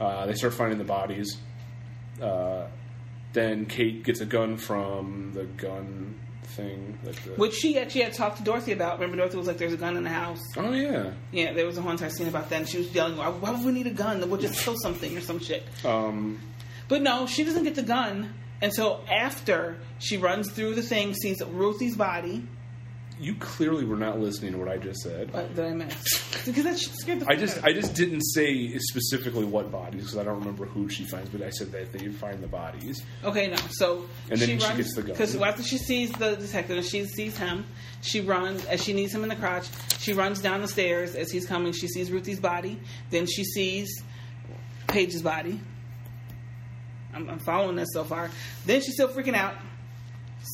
Speaker 5: Uh, they start finding the bodies. Uh, then Kate gets a gun from the gun thing. That the,
Speaker 6: Which she actually had talked to Dorothy about. Remember, Dorothy was like, "There's a gun in the house."
Speaker 5: oh yeah,
Speaker 6: Yeah, there was a whole entire scene about that, and she was yelling, "Why, why would we need a gun? We'll just kill something or some shit."
Speaker 5: um,
Speaker 6: But no, she doesn't get the gun until after she runs through the thing, sees Ruthie's body.
Speaker 5: you clearly were not listening to what I just said.
Speaker 6: What did I miss? Because that shit scared the.
Speaker 5: I
Speaker 6: fuck out
Speaker 5: just
Speaker 6: of
Speaker 5: I
Speaker 6: me.
Speaker 5: just didn't say specifically what bodies because I don't remember who she finds, but I said that they find the bodies.
Speaker 6: okay no. So
Speaker 5: And then she gets the gun.
Speaker 6: because after she sees the detective and she sees him, she runs as she needs him in the crotch. She runs down the stairs as he's coming. She sees Ruthie's body. Then she sees Paige's body. I'm, I'm following this so far. Then she's still freaking out,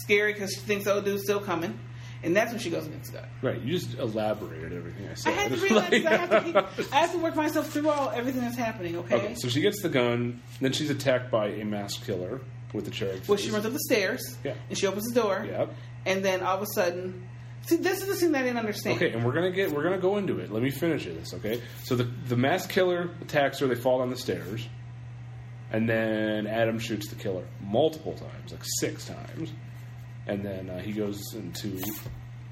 Speaker 6: scary because she thinks oh dude's still coming, and that's when she goes against the gun.
Speaker 5: Right, you just elaborated everything I
Speaker 6: I
Speaker 5: said.
Speaker 6: had to realize I, have to keep, I have to work myself through all everything that's happening. Okay.
Speaker 5: okay, so she gets the gun, then she's attacked by a masked killer with the cherry.
Speaker 6: Well, she runs up the stairs.
Speaker 5: Yeah.
Speaker 6: And she opens the door.
Speaker 5: Yep.
Speaker 6: And then all of a sudden, see, this is the scene that I didn't understand.
Speaker 5: Okay, and we're gonna get we're gonna go into it. Let me finish this, okay? So the the masked killer attacks her. They fall down the stairs, and then Adam shoots the killer multiple times, like six times, and then uh, he goes into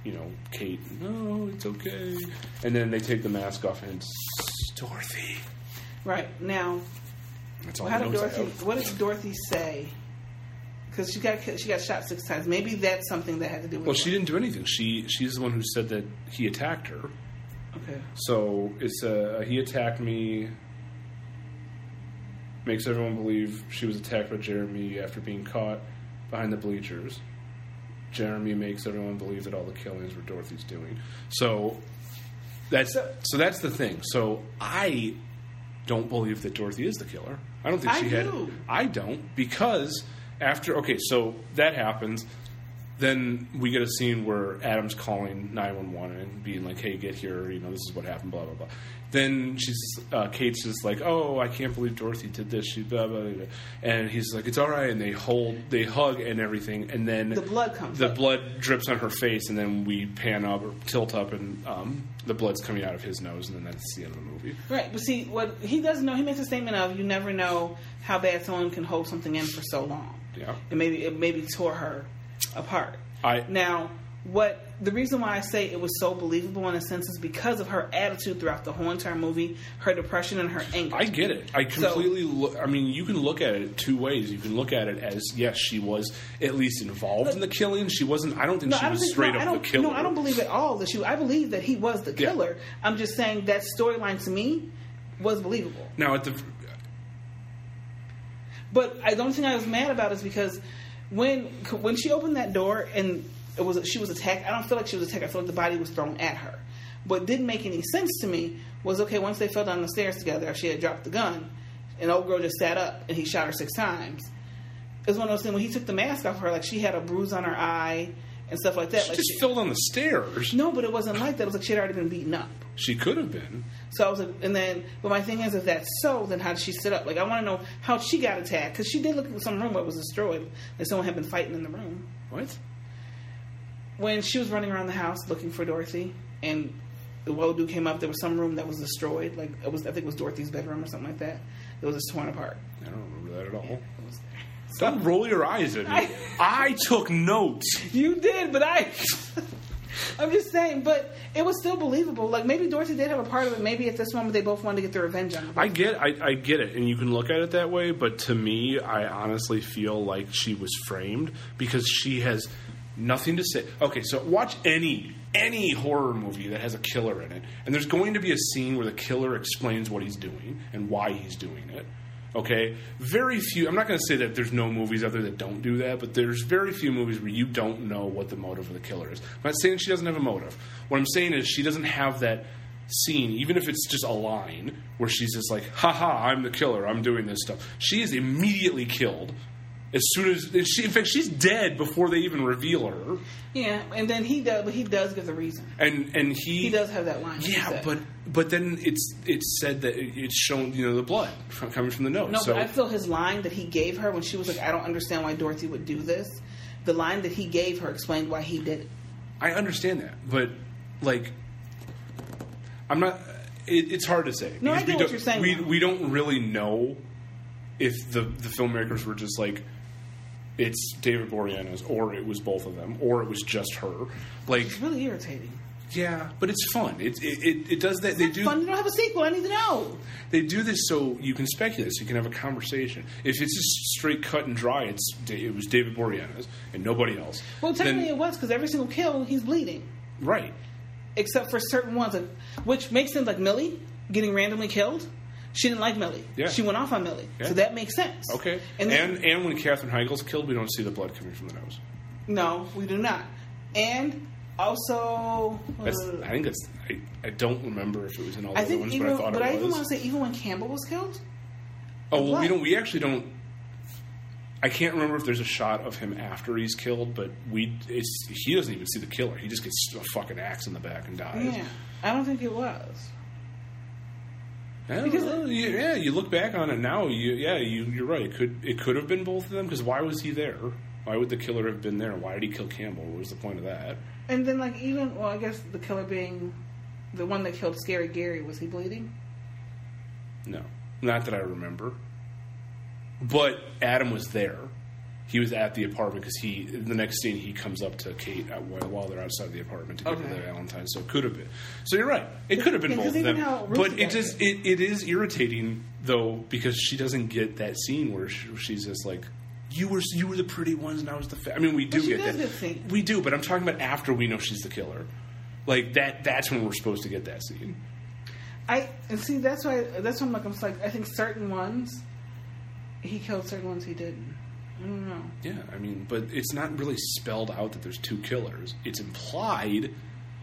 Speaker 5: you know, Kate, no, it's okay. And then they take the mask off and it's Dorothy.
Speaker 6: Right now,
Speaker 5: That's all
Speaker 6: how
Speaker 5: he
Speaker 6: did
Speaker 5: knows
Speaker 6: Dorothy?
Speaker 5: now.
Speaker 6: What did Dorothy say? Because she got ki- she got shot six times. Maybe that's something that had to do with.
Speaker 5: Well,
Speaker 6: it.
Speaker 5: she didn't do anything. She she's the one who said that he attacked her.
Speaker 6: Okay.
Speaker 5: So it's uh, he attacked me. Makes everyone believe she was attacked by Jeremy after being caught behind the bleachers. Jeremy makes everyone believe that all the killings were Dorothy's doing. So that's so that's the thing. So I don't believe that Dorothy is the killer. I don't think
Speaker 6: I
Speaker 5: she had.
Speaker 6: do.
Speaker 5: I don't because after okay, so that happens. Then we get a scene where Adam's calling nine one one and being like, "Hey, get here! You know this is what happened." Blah blah blah. Then she's uh, Kate's just like, "Oh, I can't believe Dorothy did this." She blah blah, blah, blah. and he's like, "It's all right." And they hold, they hug, and everything. And then
Speaker 6: The blood comes
Speaker 5: The
Speaker 6: up.
Speaker 5: blood drips on her face, and then we pan up or tilt up, and um, the blood's coming out of his nose, and then that's the end of the movie.
Speaker 6: Right, but see, what he doesn't know, he makes a statement of, "You never know how bad someone can hold something in for so long."
Speaker 5: Yeah.
Speaker 6: and maybe it maybe tore her apart.
Speaker 5: I-
Speaker 6: now what the reason why I say it was so believable in a sense is because of her attitude throughout the whole entire movie, her depression and her anger.
Speaker 5: I get it. I completely. look, I mean, you can look at it two ways. You can look at it as yes, she was at least involved in the killing. She wasn't. I don't think
Speaker 6: No,
Speaker 5: she
Speaker 6: I don't
Speaker 5: was
Speaker 6: think,
Speaker 5: straight
Speaker 6: no, I
Speaker 5: up
Speaker 6: don't,
Speaker 5: the killer.
Speaker 6: No, I don't believe at all that she. I believe that he was the
Speaker 5: Yeah.
Speaker 6: killer. I'm just saying that storyline to me was believable.
Speaker 5: Now at the
Speaker 6: But I, the only thing I was mad about is because when when she opened that door and it was she was attacked. I don't feel like she was attacked. I feel like the body was thrown at her. What didn't make any sense to me was okay. Once they fell down the stairs together, she had dropped the gun, and old girl just sat up and he shot her six times. It was one of those things when he took the mask off her, like she had a bruise on her eye and stuff like that.
Speaker 5: she
Speaker 6: like
Speaker 5: just
Speaker 6: she-
Speaker 5: fell on the stairs.
Speaker 6: no, but it wasn't like that. It was like she had already been beaten up.
Speaker 5: She could have been.
Speaker 6: So I was, like, and then, but my thing is, if that's so, then how did she sit up? Like, I want to know how she got attacked because she did look in some room that was destroyed. That someone had been fighting in the room
Speaker 5: What?
Speaker 6: when she was running around the house looking for Dorothy, and the old dude came up. There was some room that was destroyed. Like it was, I think it was Dorothy's bedroom or something like that. It was just torn apart.
Speaker 5: I don't remember that at all. Don't roll your eyes at me. I, took notes.
Speaker 6: You did, but I. I'm just saying, but it was still believable. Like maybe Dorothy did have a part of it. Maybe at this moment they both wanted to get their revenge on. her.
Speaker 5: I get, I, I get it, and you can look at it that way. But to me, I honestly feel like she was framed because she has nothing to say. Okay, so watch any any horror movie that has a killer in it, and there's going to be a scene where the killer explains what he's doing and why he's doing it. Okay, very few. I'm not going to say that there's no movies out there that don't do that, but there's very few movies where you don't know what the motive of the killer is. I'm not saying she doesn't have a motive. What I'm saying is she doesn't have that scene, even if it's just a line where she's just like, haha, I'm the killer, I'm doing this stuff. She is immediately killed. As soon as and she, in fact, she's dead before they even reveal her,
Speaker 6: yeah, and then he does, but he does give the reason.
Speaker 5: and and he
Speaker 6: He does have that line. like you
Speaker 5: yeah,
Speaker 6: said.
Speaker 5: but but then it's it's said that it- it's shown you know the blood from, coming from the nose.
Speaker 6: No,
Speaker 5: so
Speaker 6: but I feel his line that he gave her when she was like, "I don't understand why Dorothy would do this." The line that he gave her explained why he did it.
Speaker 5: I understand that, but like, I'm not. It, it's hard to say.
Speaker 6: No, I
Speaker 5: because we
Speaker 6: get what
Speaker 5: don't-
Speaker 6: you're saying,
Speaker 5: We
Speaker 6: though.
Speaker 5: we don't really know if the the filmmakers were just like it's David Boreanaz, or it was both of them, or it was just her. Like,
Speaker 6: It's really irritating.
Speaker 5: yeah, but it's fun. It it, it, it does that. They do
Speaker 6: Fun. They don't have a sequel. I need to know.
Speaker 5: they do this so you can speculate, so you can have a conversation. If it's just straight cut and dry, it's Da- it was David Boreanaz and nobody else.
Speaker 6: Well, technically
Speaker 5: then-
Speaker 6: it was because every single kill he's bleeding,
Speaker 5: right.
Speaker 6: except for certain ones, like, which makes sense. Like Millie getting randomly killed. She didn't like Millie.
Speaker 5: Yeah.
Speaker 6: She went off on Millie,
Speaker 5: Yeah.
Speaker 6: so that makes sense.
Speaker 5: Okay.
Speaker 6: And,
Speaker 5: And
Speaker 6: then,
Speaker 5: and, when Catherine Heigl's killed, we don't see the blood coming from the nose.
Speaker 6: no, we do not. And also,
Speaker 5: That's,
Speaker 6: uh,
Speaker 5: I think that's. I, I don't remember if it was in all the
Speaker 6: I
Speaker 5: other
Speaker 6: think
Speaker 5: ones,
Speaker 6: even,
Speaker 5: but I thought
Speaker 6: but I
Speaker 5: it
Speaker 6: even want
Speaker 5: was.
Speaker 6: to say even when Campbell was killed,
Speaker 5: oh well, we
Speaker 6: blood.
Speaker 5: don't. We actually don't. I can't remember if there's a shot of him after he's killed, but we. It's he doesn't even see the killer. He just gets a fucking axe in the back and dies.
Speaker 6: yeah, I don't think it was.
Speaker 5: I don't
Speaker 6: Because-
Speaker 5: know. You- yeah, you look back on it now. You, yeah, you, you're right. It could it could have been both of them because why was he there? Why would the killer have been there? Why did he kill Campbell? What was the point of that?
Speaker 6: And then, like, even well, I guess the killer being the one that killed Scary Gary was he bleeding?
Speaker 5: No, not that I remember. But Adam was there. he was at the apartment because he the next scene he comes up to Kate at, while while they're outside the apartment to give
Speaker 6: Okay.
Speaker 5: her the Valentine. So it could have been. So you're right. It could have been
Speaker 6: Yeah, 'cause
Speaker 5: both of
Speaker 6: even
Speaker 5: them.
Speaker 6: how Ruth
Speaker 5: But it
Speaker 6: acted.
Speaker 5: just it, it is irritating though because she doesn't get that scene where she, she's just like. You were you were the pretty ones, and I was the. Fa-. I mean, we do
Speaker 6: she
Speaker 5: get
Speaker 6: does
Speaker 5: that.
Speaker 6: get seen.
Speaker 5: We do, but I'm talking about after we know she's the killer. Like that. That's when we're supposed to get that scene.
Speaker 6: I and see that's why that's why I'm like I'm just like I think certain ones he killed certain ones he didn't. I don't know.
Speaker 5: Yeah, I mean, but it's not really spelled out that there's two killers. It's implied,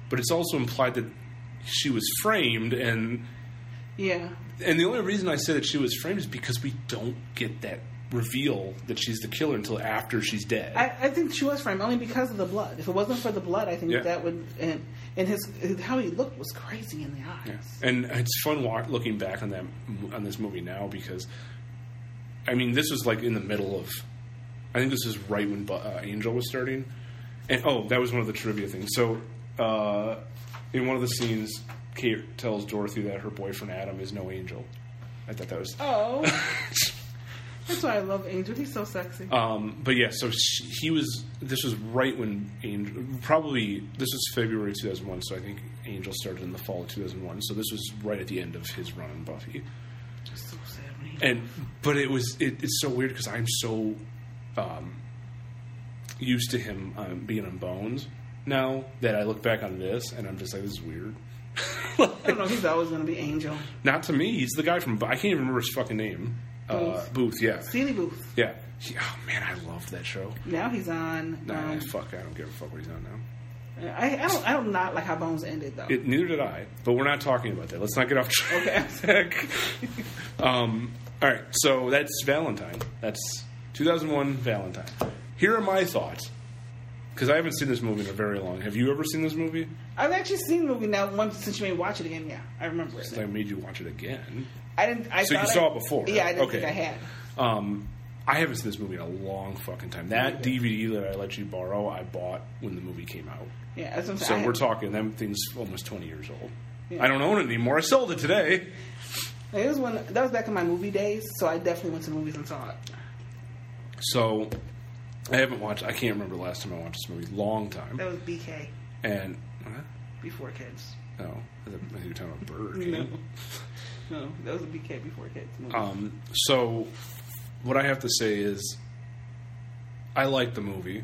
Speaker 5: but it's also implied that she was framed, and
Speaker 6: Yeah.
Speaker 5: and the only reason I say that she was framed is because we don't get that reveal that she's the killer until after she's dead.
Speaker 6: I, I think she was framed only because of the blood. If it wasn't for the blood, I think
Speaker 5: Yeah.
Speaker 6: that would and and his how he looked was crazy in the eyes.
Speaker 5: Yeah. And it's fun wa- looking back on that on this movie now because, I mean, this was like in the middle of, I think this is right when Bu- uh, Angel was starting, and oh, that was one of the trivia things. So, uh, in one of the scenes, Kate tells Dorothy that her boyfriend Adam is no angel. I thought that was
Speaker 6: Oh. That's why I love Angel. He's so sexy.
Speaker 5: um, but yeah, so she, he was. This was right when Angel. Probably this was February 2001. So I think Angel started in the fall of 2001. So this was right at the end of his run on Buffy.
Speaker 6: so sad when he
Speaker 5: and but it was it, it's so weird because I'm so um, used to him um, being on Bones now that I look back on this and I'm just like this is weird.
Speaker 6: I don't know. He's always going to be Angel.
Speaker 5: Not to me. He's the guy from I can't even remember his fucking name. Uh,
Speaker 6: Booth.
Speaker 5: Booth. Yeah.
Speaker 6: Steely Booth.
Speaker 5: Yeah. He- oh man, I loved that show.
Speaker 6: Now he's on.
Speaker 5: Nah,
Speaker 6: um,
Speaker 5: fuck. I don't give a fuck what he's on now.
Speaker 6: I, I don't. I don't not like how Bones ended though.
Speaker 5: It, neither did I. But we're not talking about that. Let's not get off track. um, all right. So that's Valentine. That's 2001 Valentine. Here are my thoughts. Because I haven't seen this movie in a very long. Have you ever seen this movie?
Speaker 6: I've actually seen the movie now once since you made me watch it again. Yeah, I remember it.
Speaker 5: 'Cause I made you watch it again.
Speaker 6: I didn't. I
Speaker 5: So you
Speaker 6: thought I-
Speaker 5: saw it before?
Speaker 6: Yeah, I didn't
Speaker 5: Okay.
Speaker 6: think I had.
Speaker 5: Um, I haven't seen this movie in a long fucking time. That DVD that I let you borrow, I bought when the movie came out.
Speaker 6: Yeah, that's what I'm
Speaker 5: So
Speaker 6: saying. I
Speaker 5: we're
Speaker 6: had-
Speaker 5: talking. That thing's almost 20 years old.
Speaker 6: Yeah.
Speaker 5: I don't own it anymore. I sold it today.
Speaker 6: It was when that was back in my movie days, so I definitely went to movies and saw it.
Speaker 5: So I haven't watched. I can't remember the last time I watched this movie. Long time.
Speaker 6: That was BK
Speaker 5: And huh?
Speaker 6: before kids.
Speaker 5: no, I thought you were talking about Burger King.
Speaker 6: No, no, that was a BK before kids movie.
Speaker 5: Um, so what I have to say is, I like the movie.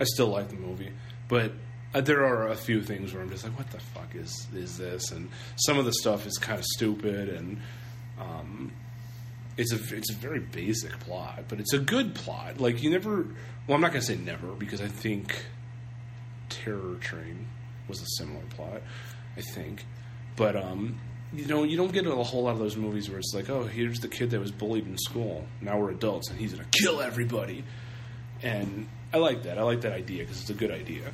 Speaker 5: I still like the movie, but uh, there are a few things where I'm just like, what the fuck is is this? And some of the stuff is kind of stupid and. Um, it's a it's a very basic plot, but it's a good plot. Like you never. Well, I'm not gonna say never because I think Terror Train was a similar plot, I think. But um, you know, you don't get a whole lot of those movies where it's like, oh, here's the kid that was bullied in school. Now we're adults, and he's gonna kill everybody. And I like that. I like that idea because it's a good idea.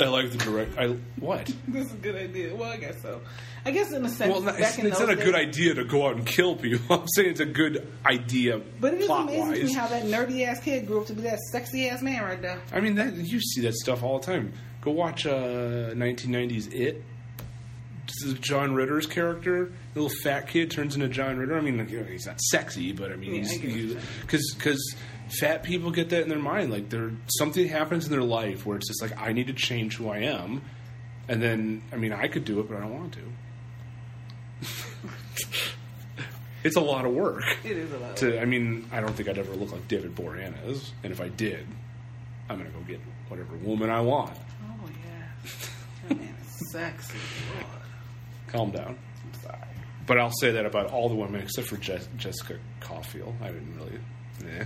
Speaker 5: I like the direct. I what?
Speaker 6: this is a good idea. Well, I guess so. I guess in a sense,
Speaker 5: Well, not,
Speaker 6: back
Speaker 5: it's,
Speaker 6: in
Speaker 5: it's
Speaker 6: those
Speaker 5: not a
Speaker 6: days-
Speaker 5: good idea to go out and kill people. I'm saying it's a good idea,
Speaker 6: But it is
Speaker 5: plot
Speaker 6: amazing to
Speaker 5: wise.
Speaker 6: me how that nerdy ass kid grew up to be that sexy ass man right there.
Speaker 5: I mean, that you see that stuff all the time. Go watch uh, 1990s It. This is John Ritter's character, the little fat kid, turns into John Ritter. I mean, like, you know, he's not sexy, but I mean,
Speaker 6: Yeah, I
Speaker 5: he's
Speaker 6: get what you're
Speaker 5: because because fat people get that in their mind. Like, there something happens in their life where it's just like, I need to change who I am, and then I mean, I could do it, but I don't want to. it's a lot of work.
Speaker 6: It is a lot.
Speaker 5: To, I mean, I don't think I'd ever look like David Boreanaz, and if I did, I'm gonna go get whatever woman I want.
Speaker 6: oh yeah, that man is sexy. Lord.
Speaker 5: Calm down. But I'll say that about all the women except for Jes- Jessica Caulfield. I didn't really. Eh.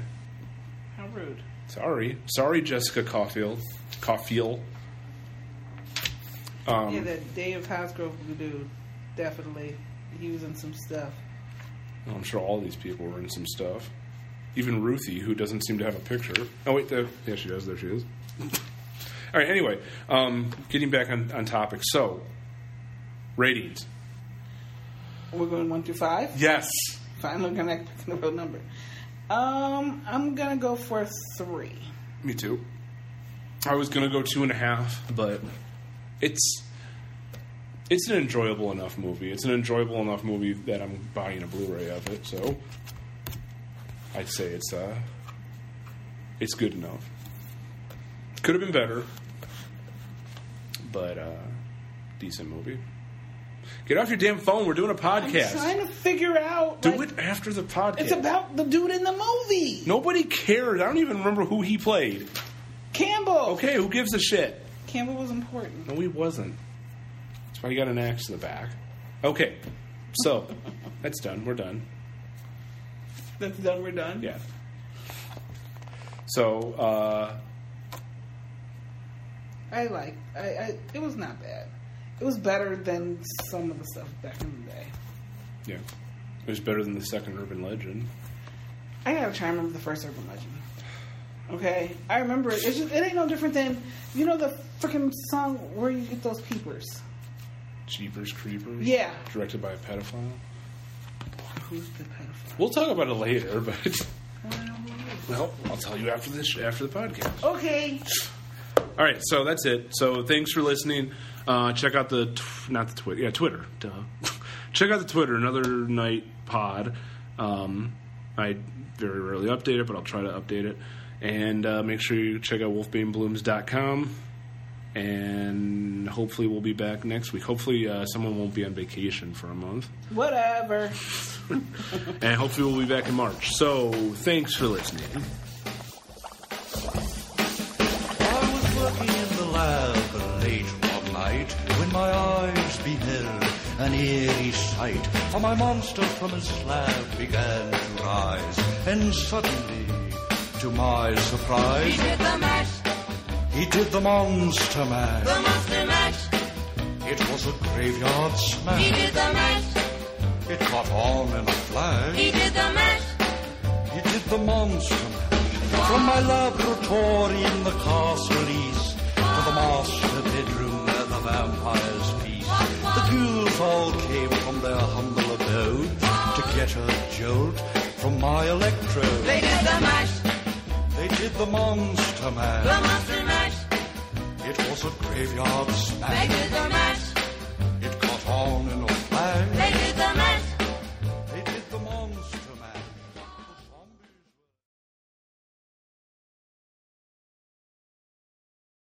Speaker 6: How rude.
Speaker 5: Sorry, sorry, Jessica Caulfield. Caulfield.
Speaker 6: yeah,
Speaker 5: Um,
Speaker 6: that Dave Hosgrove dude, definitely. He was in some stuff.
Speaker 5: Well, I'm sure all these people were in some stuff. Even Ruthie, who doesn't seem to have a picture. Oh wait, there. Yeah, she does. There she is. all right. Anyway, um, getting back on, on topic. So, ratings.
Speaker 6: We're going one through five.
Speaker 5: Yes.
Speaker 6: Fine, I'm gonna pick the real number. Um, I'm gonna go for three.
Speaker 5: Me too. I was gonna go two and a half, but it's it's an enjoyable enough movie. It's an enjoyable enough movie that I'm buying a Blu-ray of it, so I'd say it's uh it's good enough. Could have been better, but uh, decent movie. Get off your damn phone. We're doing a podcast.
Speaker 6: Trying to figure out.
Speaker 5: Do
Speaker 6: like,
Speaker 5: it after the podcast.
Speaker 6: It's about the dude in the movie.
Speaker 5: Nobody cared. I don't even remember who he played.
Speaker 6: Campbell.
Speaker 5: Okay, who gives a shit?
Speaker 6: Campbell was important.
Speaker 5: No, he wasn't. That's why he got an axe to the back. Okay, so that's done. We're done.
Speaker 6: That's done. We're done.
Speaker 5: Yeah. So, uh,
Speaker 6: I like. I, I. It was not bad. It was better than some of the stuff back in the day.
Speaker 5: yeah. It was better than the second urban legend.
Speaker 6: I gotta try and remember the first Urban Legend. Okay, I remember it. It's just, it ain't no different than you know the freaking song where you get those peepers.
Speaker 5: Jeepers Creepers.
Speaker 6: Yeah.
Speaker 5: Directed by a pedophile.
Speaker 6: Who's the pedophile?
Speaker 5: We'll talk about it later, but
Speaker 6: I don't know who it is.
Speaker 5: well, I'll tell you after this after the podcast.
Speaker 6: Okay,
Speaker 5: All right, so that's it. So thanks for listening. Uh, check out the tw- not the Twitter, yeah, Twitter. Duh. check out the Twitter, another night pod. Um, I very rarely update it, but I'll try to update it. And uh, make sure you check out wolfbeamblues.com. And hopefully we'll be back next week. Hopefully uh, someone won't be on vacation for a month.
Speaker 6: whatever.
Speaker 5: And hopefully we'll be back in March. So thanks for listening.
Speaker 10: I was working in the lab late one night when my eyes beheld an eerie sight. For my monster from his slab began to rise, and suddenly, to my surprise, he did the mash. He did the monster mash. The monster mash. It was a graveyard smash. He did the mash. It caught on in a flash. He did the mash. He did the monster mash. From my laboratory in the castle east to the master bedroom where the vampires feast. The ghouls all came from their humble abode to get a jolt from my electrode. They did the mash. They did the monster mash. The monster mash. It was a graveyard smash. They did the